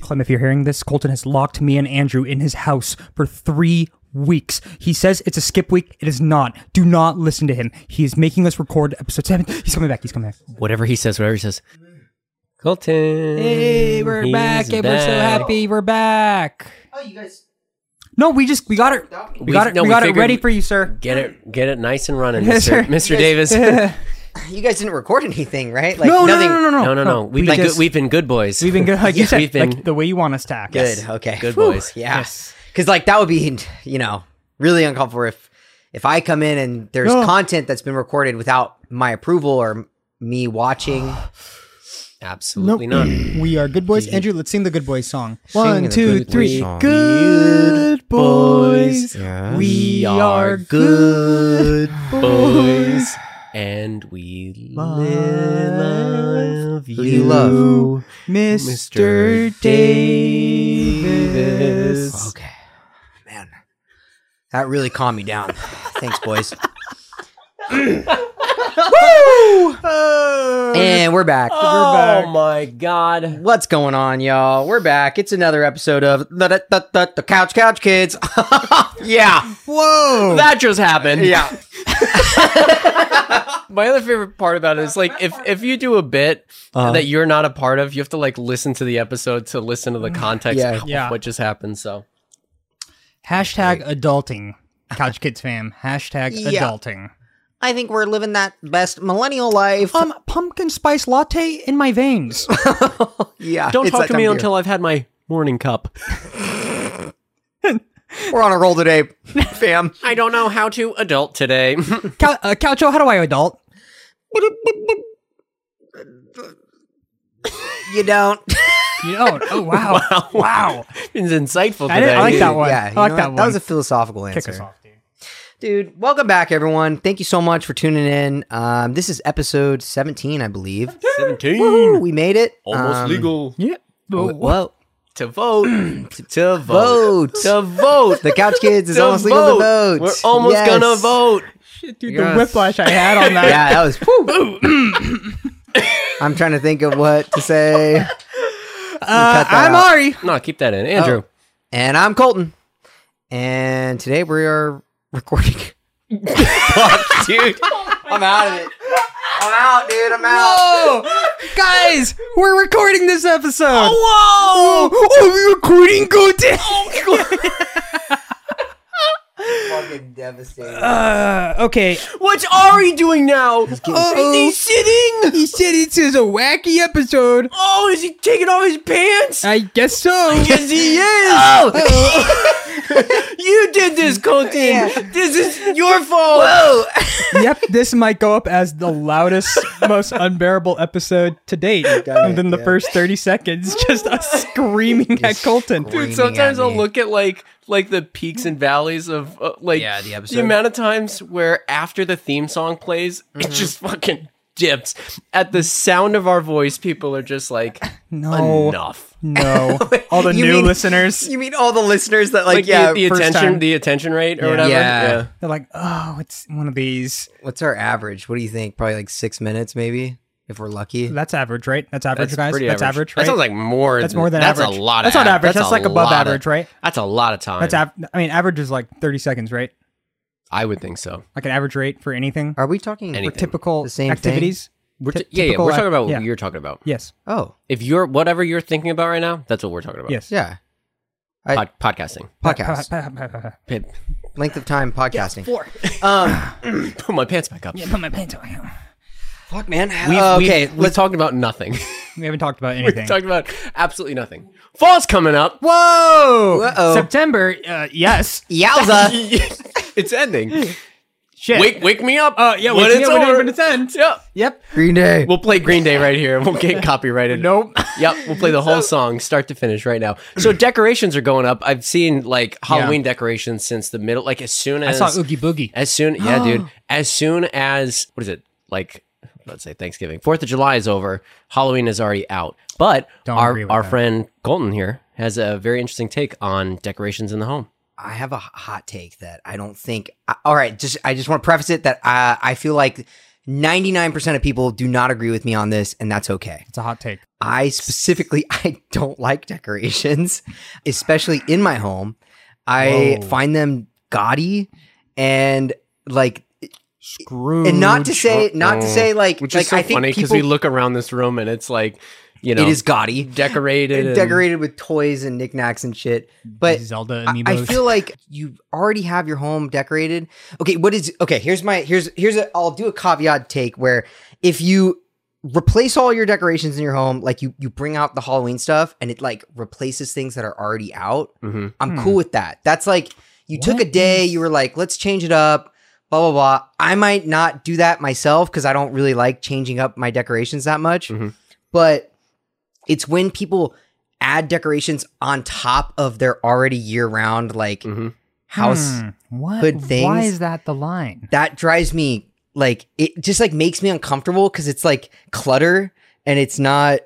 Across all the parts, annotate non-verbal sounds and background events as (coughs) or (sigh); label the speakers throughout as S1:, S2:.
S1: Clem, if you're hearing this, Colton has locked me and Andrew in his house for three weeks. He says it's a skip week. It is not. Do not listen to him. He is making us record episode seven. (laughs) He's coming back. He's coming back.
S2: Whatever he says, whatever he says. Colton.
S1: Hey, we're
S2: he's
S1: back. and We're so
S2: back.
S1: happy. We're back.
S3: Oh, you guys.
S1: No, we just we got it. We,
S2: We-
S1: got it.
S2: no,
S1: we
S2: we
S1: got it
S2: figured-
S1: ready for you, sir.
S2: Get it, get it nice and running,
S1: Yes,
S2: Mr.
S1: sir.
S2: Mr.
S3: Yes.
S2: Davis.
S1: no,
S3: You guys didn't record anything, right? Like
S1: no, no,
S3: nothing.
S1: no, (laughs) no, no,
S2: No, no, no. We've,
S1: we
S2: been
S1: just,
S2: good, we've been good
S1: (laughs)
S2: boys.
S1: we've been good. Like you said,
S2: (laughs) We've been-
S1: like the way you want us to act.
S3: Good. Okay.
S2: Good
S3: Whew,
S2: boys.
S3: Yeah.
S1: Yes.
S3: Because like that would be you know really uncomfortable if if I come in and there's
S1: No.
S3: content that's been recorded without my approval or
S1: (sighs)
S3: me watching.
S4: Nope.
S2: Absolutely not.
S4: we are good boys. Andrew, let's sing the good boys song.
S3: Sing
S4: One,
S3: the
S4: two,
S3: good
S4: three.
S3: boys
S4: good
S3: song.
S4: boys. We are good
S2: boys, and we love you.
S3: you love.
S2: Mr. Davis.
S3: Okay. Man, that really calmed me down. Thanks,
S1: (laughs)
S3: boys.
S1: Uh,
S3: and we're back.
S2: Oh my God!
S3: What's going on, y'all? We're back. It's another episode of the, the, the, the, the Couch Couch Kids. (laughs) yeah.
S4: Whoa.
S2: That just happened.
S3: Yeah.
S2: My other favorite part about it is like if if you do a bit that you're not a part of, you have to like listen to the episode to listen to the context
S3: Yeah.
S2: of
S1: Yeah.
S2: what just happened. So
S1: Hashtag adulting. Couch Kids fam. Hashtag
S3: Yeah.
S1: adulting.
S3: I think we're living that best millennial life.
S1: Um, pumpkin spice latte in my (laughs) veins.
S3: yeah.
S2: don't
S3: it's
S2: talk
S3: that
S2: to me
S3: time of
S2: until I've had my morning cup.
S3: year. we're on a roll today, fam.
S2: I don't know how to adult (laughs) today.
S1: Cou- uh, Coucho, how do I adult?
S3: You don't.
S1: You don't. Oh (laughs) wow. wow.
S2: it's insightful.
S1: I, didn't, I
S2: today.
S1: like that one.
S3: Yeah,
S1: I
S3: you
S1: like
S3: know
S1: that
S3: what?
S1: one.
S3: That was a philosophical answer.
S1: kick us off, dude.
S3: Dude, welcome back, everyone. Thank you so much for tuning in. Um, this is episode 17, I believe.
S2: Seventeen.
S3: Woo, we made it.
S2: Almost
S3: Um,
S2: legal
S1: Yeah.
S3: w- Whoa.
S2: to
S3: (clears throat)
S2: vote. to
S3: Vote.
S2: (laughs) To vote.
S3: The Couch Kids is
S2: To
S3: almost legal to vote.
S2: We're almost
S3: Yes.
S2: gonna vote.
S1: Dude,
S3: Yes.
S1: the whiplash I had on (laughs) that.
S3: Yeah, that was. (coughs) I'm trying to think of what to say.
S1: Uh,
S3: cut that
S1: I'm
S3: out.
S1: Ari.
S2: No, keep that in, Andrew.
S3: And I'm Colton. And today we are recording. Oh.
S2: (laughs) Fuck, dude.
S3: (laughs) I'm out of it. I'm out, dude. I'm out.
S1: Oh, guys, we're recording this episode.
S2: Whoa!
S1: oh we're recording go down.
S3: Fucking devastating.
S1: (laughs) Uh, okay.
S2: What's Ari doing now? Oh, is he sitting?
S1: He said this is a wacky episode.
S2: Oh, is he taking off his pants?
S3: Uh,
S1: I guess so.
S2: Yes,
S3: (laughs)
S2: he is. you did this, Colton. This is your fault.
S1: yep, this might go up as the loudest, most unbearable episode to date. Within the first 30 seconds, just us screaming at Colton.
S3: scream.
S1: Dude,
S2: Dude,
S3: (laughs) Screaming
S2: sometimes
S3: at
S2: I'll
S3: me.
S2: look at like like the peaks and valleys of uh, like
S3: Yeah, the episode.
S2: amount of times where after the theme song plays,
S3: Mm-hmm.
S2: it just fucking dips. At the sound of our voice, people are just
S3: (laughs)
S2: like,
S1: No.
S2: enough.
S1: no. All the
S3: You
S1: new
S3: mean- (laughs)
S1: listeners,
S3: You mean all the listeners that, like,
S2: Like
S3: yeah.
S2: the, the
S1: first
S2: attention,
S1: time.
S2: the attention rate, or
S1: Yeah.
S2: whatever.
S3: Yeah.
S1: they're like, oh, it's one of these.
S3: what's our average? What do you think? Probably like six minutes, maybe, if we're lucky.
S1: That's average, right? That's average,
S2: That's
S1: guys.
S2: pretty
S1: That's average,
S2: average.
S1: right?
S2: That sounds like more.
S1: That's more than
S2: that's
S1: average.
S2: a lot. Of
S1: That's not
S2: av-
S1: average. That's
S2: a
S1: like above
S2: lot of-
S1: average, right?
S2: That's a lot of time.
S1: That's av- I mean, average is like 30 seconds, right?
S2: I would think so.
S1: Like an average rate for anything.
S3: Are we talking?
S2: Anything.
S1: Typical
S3: The same thing?
S1: activities.
S2: We're
S1: Ty-
S2: t- yeah, yeah.
S1: typical
S2: We're
S1: act-
S2: talking about what
S1: yeah.
S2: you're talking about.
S1: Yes.
S3: Oh,
S2: If you're whatever you're thinking about right now, that's what we're talking about.
S1: Yes.
S3: yeah.
S2: Pod- podcasting.
S1: (laughs)
S3: Podcast.
S2: Pip.
S3: Length of time podcasting. Um,
S2: (laughs) Put my pants back up.
S1: Yeah, Oh, put my pants on.
S3: fuck, man.
S2: We've,
S3: Uh,
S2: we've-
S3: okay,
S2: we've,
S3: let's.
S2: talked
S1: (laughs)
S2: about nothing.
S1: We haven't talked about
S2: we
S1: anything.
S2: talked about absolutely nothing. Fall's coming up.
S1: Whoa!
S3: Uh-oh.
S1: September, uh, yes.
S3: Yowza.
S2: (laughs)
S1: (laughs)
S2: it's ending.
S1: Shit.
S2: Wake wake me up.
S1: Uh, yeah,
S2: when
S1: wake me
S2: it's
S1: up when it-
S2: over.
S1: when it's end.
S2: Yep.
S1: Yep.
S3: Green Day.
S2: We'll play Green Day right here. We'll get (laughs) copyrighted.
S3: (laughs)
S1: Nope.
S2: Yep, we'll play the whole song, start to finish, right now.
S1: (clears throat)
S2: So decorations are going up. I've seen like Halloween decorations since the middle. Like as soon
S1: I
S2: as
S1: saw Oogie Boogie.
S2: As
S1: (gasps)
S2: soon, yeah, dude. As soon as what is it like? Let's say Thanksgiving, Fourth of July is over. Halloween is already out. But
S1: Don't
S2: our
S1: agree with
S2: our
S1: that.
S2: friend Colton here has a very interesting take on decorations in the home.
S3: I have a h- hot take that I don't think. I, all right, just I just want to preface it that uh, I I feel like 99% of people do not agree with me on this, and that's okay.
S1: It's a hot take.
S3: I specifically (laughs) I don't like decorations, especially in my home. I
S4: Whoa.
S3: find them gaudy and like
S4: Scrooge.
S3: and not to say not to
S2: Oh.
S3: say like
S2: which
S3: like
S2: is so
S3: I think
S2: funny because
S3: people,
S2: we look around this room and it's like you know
S3: it is
S2: (laughs)
S3: gaudy.
S2: decorated and-
S3: Decorated with toys and knickknacks and shit. But
S4: Zelda
S3: I, I feel like you already have your home decorated. Okay, what is okay? Here's my here's here's a I'll do a caveat take where if you replace all your decorations in your home, like you you bring out the Halloween stuff and it like replaces things that are already out.
S2: Mhm.
S3: I'm
S1: Hmm.
S3: cool with that. That's like you took a
S1: What
S3: day,
S1: is-
S3: you were like, let's change it up, blah blah blah. I might not do that myself because I don't really like changing up my decorations that much.
S1: Mm-hmm.
S2: Mhm.
S3: But it's when people add decorations on top of their already year-round like
S2: Mhm.
S3: house
S1: Mm. Hmm, what?
S3: hood
S1: Why
S3: things.
S1: is that the line?
S3: that drives me like it just like makes me uncomfortable because it's like clutter and it's not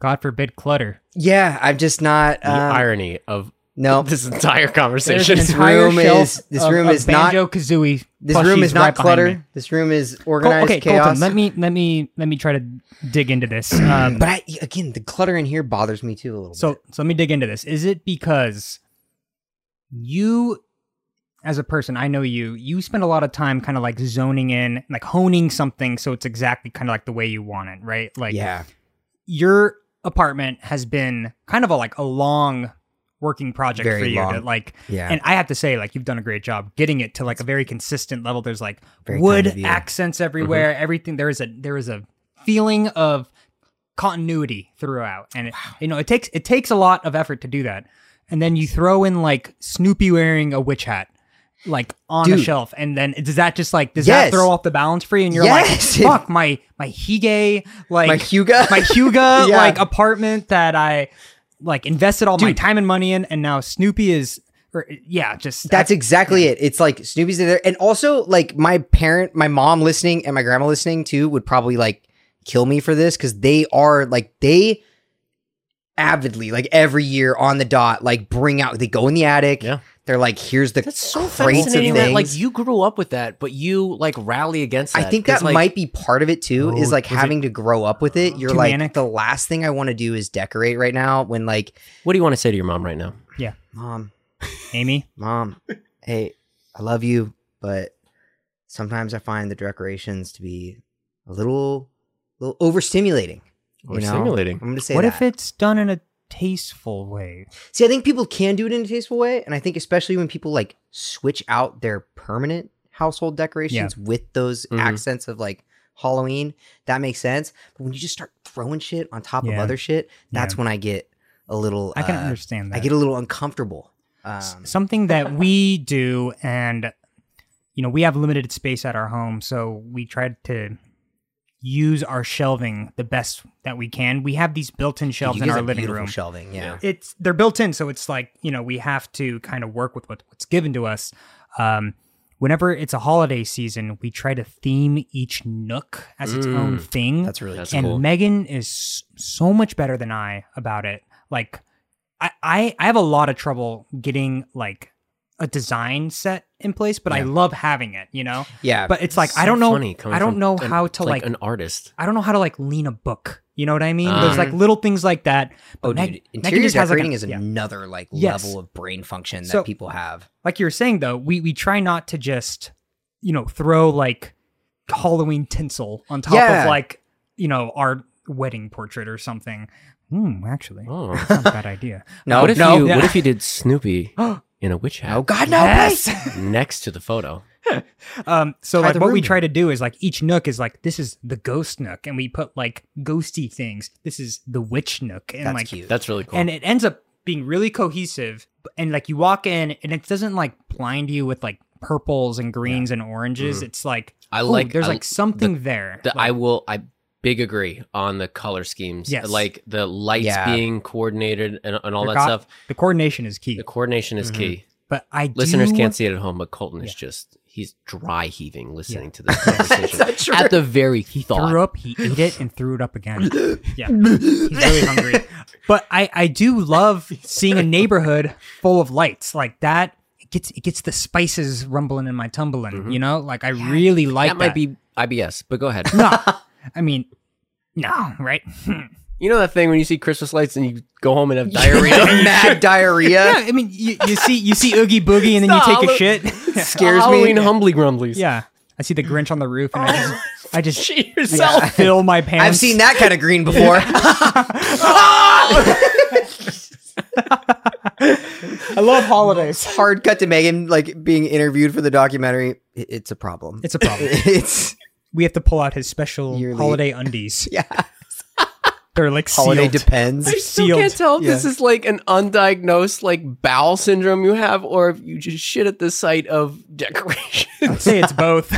S1: God forbid clutter.
S3: yeah i'm just not
S2: the
S3: um,
S2: irony of
S3: no
S2: this entire
S1: There's
S2: conversation
S1: an
S3: This
S1: entire
S3: room
S1: shelf
S3: is- this
S1: of-
S3: room
S1: of
S3: is not-
S1: Banjo-Kazooie
S3: this room
S1: plushies
S3: is not
S1: right behind me.
S3: clutter this room is
S1: Col-
S3: organized
S1: okay,
S3: chaos
S1: Colton, let me let me let me try to dig into
S3: (clears throat)
S1: this. Um,
S3: but i again the clutter in here bothers me too a little
S1: so so let me dig into this. Is it because you as a person, I know you, you spend a lot of time kind of like zoning in, like honing something so it's exactly kind of like the way you want it, right?
S3: bit
S1: Like
S3: yeah
S1: your apartment has been kind of a like a long working project
S3: Very
S1: for you
S3: long.
S1: that like
S3: yeah
S1: and I have to say, like, you've done a great job getting it to like a very consistent level. There's like
S3: Very
S1: wood
S3: kind of you. Mm-hmm.
S1: accents everywhere. Everything there is a there is a feeling of continuity throughout, and it, you know it takes it takes a lot of effort to do that. And then you throw in like Snoopy wearing a witch hat, like on a
S3: Dude.
S1: shelf, and then does that just like does
S3: Yes.
S1: that throw off the balance for you? And you're
S3: Yes. (laughs)
S1: like, fuck my my hige like
S3: my (laughs) huga
S1: (laughs) my Huga
S3: Yeah.
S1: like apartment that I like invested all my time and money in, and now Snoopy is, or yeah, just
S3: That's
S1: I-
S3: exactly it. It's like Snoopy's in there, and also like my parent, my mom listening, and my grandma listening too would probably like kill me for this because they are like they avidly like every year on the dot like bring out they go in the attic.
S2: Yeah.
S3: they're like here's the
S2: that's so
S3: crates of
S2: fascinating that like
S3: things.
S2: you grew up with that but you like rally against
S3: I
S2: that
S3: think
S2: 'cause,
S3: that
S2: like,
S3: might be part of it too.
S1: Oh,
S3: is like
S1: was it
S3: having to grow up with it. You're
S1: too
S3: like
S1: manic?
S3: the last thing I want to do is decorate right now. When like
S2: what do you want to say to your mom right now
S3: mom,
S1: Amy. (laughs)
S3: mom, hey, I love you, but sometimes I find the decorations to be a little, little overstimulating.
S2: or
S3: You know?
S2: stimulating
S3: I'm gonna say
S1: what
S3: that.
S1: if it's done in a tasteful way?
S3: See, I think people can do it in a tasteful way, and I think especially when people like switch out their permanent household decorations with those
S1: Mm-hmm.
S2: Mhm.
S3: accents of like Halloween, that makes sense. But when you just start throwing shit on top of
S1: Yeah.
S3: other shit, that's
S1: Yeah.
S3: when I get a little.
S1: I can
S3: uh,
S1: understand that.
S3: I get a little uncomfortable. Um,
S1: S- something
S3: (laughs)
S1: that we do and you know we have limited space at our home so we try to use our shelving the best that we can we have these built-in shelves
S3: you
S1: in
S3: guys
S1: our
S3: have
S1: living
S3: beautiful
S1: room
S3: shelving. Yeah,
S1: it's they're built in so it's like you know we have to kind of work with what, what's given to us um whenever it's a holiday season we try to theme each nook as its own thing
S3: Mm. that's really
S2: That's
S3: cute.
S1: and
S2: cool.
S1: megan is s- so much better than i about it like I, I i have a lot of trouble getting like a design set in place but i
S3: Yeah.
S1: love having it you know
S3: yeah.
S1: but it's like
S2: So
S1: i don't know
S2: funny coming
S1: i don't
S2: from
S1: know
S2: an-
S1: how to like,
S2: an artist
S1: i don't know how to like lean a book you know what i mean there's
S2: Ah.
S1: like little things like that but
S3: Mm. Oh,
S1: Meg-
S3: dude,
S1: Megan
S3: interior
S1: just has, like,
S3: decorating
S1: a-
S3: is
S1: yeah.
S3: another like
S1: Yes.
S3: level of brain function that
S1: So-
S3: people have.
S1: like you were saying though, we we try not to just you know throw like Halloween tinsel on top
S3: Yeah.
S1: of like you know our wedding portrait or something. Hmm, actually,
S2: oh
S3: (gasps)
S1: that's not a bad idea.
S3: No,
S2: what if
S3: no,
S2: you
S1: Yeah.
S2: what if you did
S1: (gasps)
S2: snoopy in a witch
S3: no,
S2: hat
S3: God, no,
S1: Yes.
S3: please.
S2: next to the photo
S1: Um, so
S3: Try
S1: like
S3: the
S1: what we
S3: room.
S1: try to do is like each nook is like this is the ghost nook, and we put like ghosty things. This is the witch nook, and
S3: That's
S1: like
S3: cute. (laughs)
S2: that's really cool
S1: and it ends up being really cohesive b- and like you walk in and it doesn't like blind you with like purples and greens and oranges it's like
S2: I
S1: ooh,
S2: like-
S1: there's
S2: I-
S1: like something there
S2: The-
S1: Like-
S2: I will. I big agree on the color schemes.
S1: Yes.
S2: like the lights
S3: Yeah.
S2: being coordinated and, and all
S1: They're
S2: that
S1: got-
S2: stuff.
S1: The coordination is key.
S2: The coordination is
S3: Mhm.
S2: key.
S1: But I
S2: Listeners
S1: do,
S2: can't see it at home, but Colton is just he's dry heaving listening to this (laughs) conversation
S3: That's not
S2: at
S3: (laughs)
S2: the very
S1: He
S2: thought.
S1: threw up. He ate it and threw it up again. yeah, he's really hungry. But I I do love seeing a neighborhood full of lights like that. It gets it gets the spices rumbling in my tumbling. You know, like I really like (laughs)
S2: that might be IBS, but go ahead.
S1: no. I mean, no, right? Hmm.
S2: (laughs) You know that thing when you see Christmas lights and you go home and have (laughs) diarrhea?
S3: Mad
S1: (laughs)
S3: diarrhea
S1: Yeah, I mean, you, you see you see Oogie Boogie and then you
S2: It's
S1: take
S2: the
S1: a shit. (laughs)
S2: (laughs)
S3: scares me.
S2: Halloween humbly grumblies.
S1: yeah, I see the Grinch on the roof, and I just I just
S2: Shit yourself.
S1: fill my pants.
S3: I've seen that kind of green before. (laughs)
S4: I love holidays.
S3: Hard cut to Megan like being interviewed for the documentary. I- It's a problem.
S1: It's a problem.
S3: (laughs) It's
S1: We have to pull out his special
S3: Yearly- (laughs)
S1: holiday undies.
S3: yeah.
S1: They're like
S3: Holiday
S1: sealed. (laughs)
S3: depends.
S2: I still
S1: Sealed.
S2: can't tell if
S1: Yeah.
S2: this is like an undiagnosed like bowel syndrome you have, or if you just shit at the sight of decorations. (laughs)
S1: I'd say it's both. (laughs)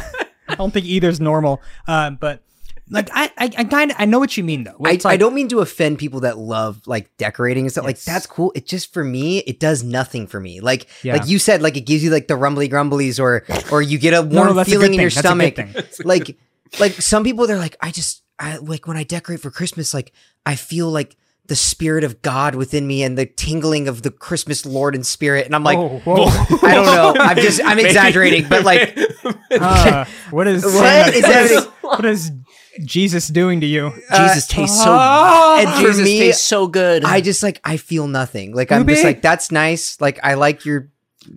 S1: I don't think either's normal. Um, but like I, I, I kind of I know what you mean though. where
S3: I,
S1: it's like,
S3: I don't mean to offend people that love like decorating and stuff. Like
S1: Yes.
S3: that's cool. It just for me, it does nothing for me. Like
S1: Yeah.
S3: like you said, like it gives you like the rumbly grumblies or or you get
S1: (laughs)
S3: a
S1: No,
S3: warm
S1: no, that's a
S3: feeling
S1: good
S3: in your
S1: thing. That's a good
S3: stomach.
S1: thing. (laughs)
S3: Like like some people they're like, I just I like when I decorate for Christmas, like I feel like the spirit of God within me and the tingling of the Christmas Lord and spirit. And I'm like,
S1: Oh, whoa.
S3: I don't
S1: (laughs)
S3: know. I'm just
S2: (laughs)
S3: I'm exaggerating, but like
S1: Uh, what is
S3: (laughs) What is happening?
S1: (laughs) what is Jesus doing to you? Uh,
S2: Jesus tastes so.
S3: and for
S2: Oh, Jesus
S3: me,
S2: tastes so good.
S3: I just like I feel nothing. Like I'm
S1: Ruby?
S3: just like that's nice. Like I like your.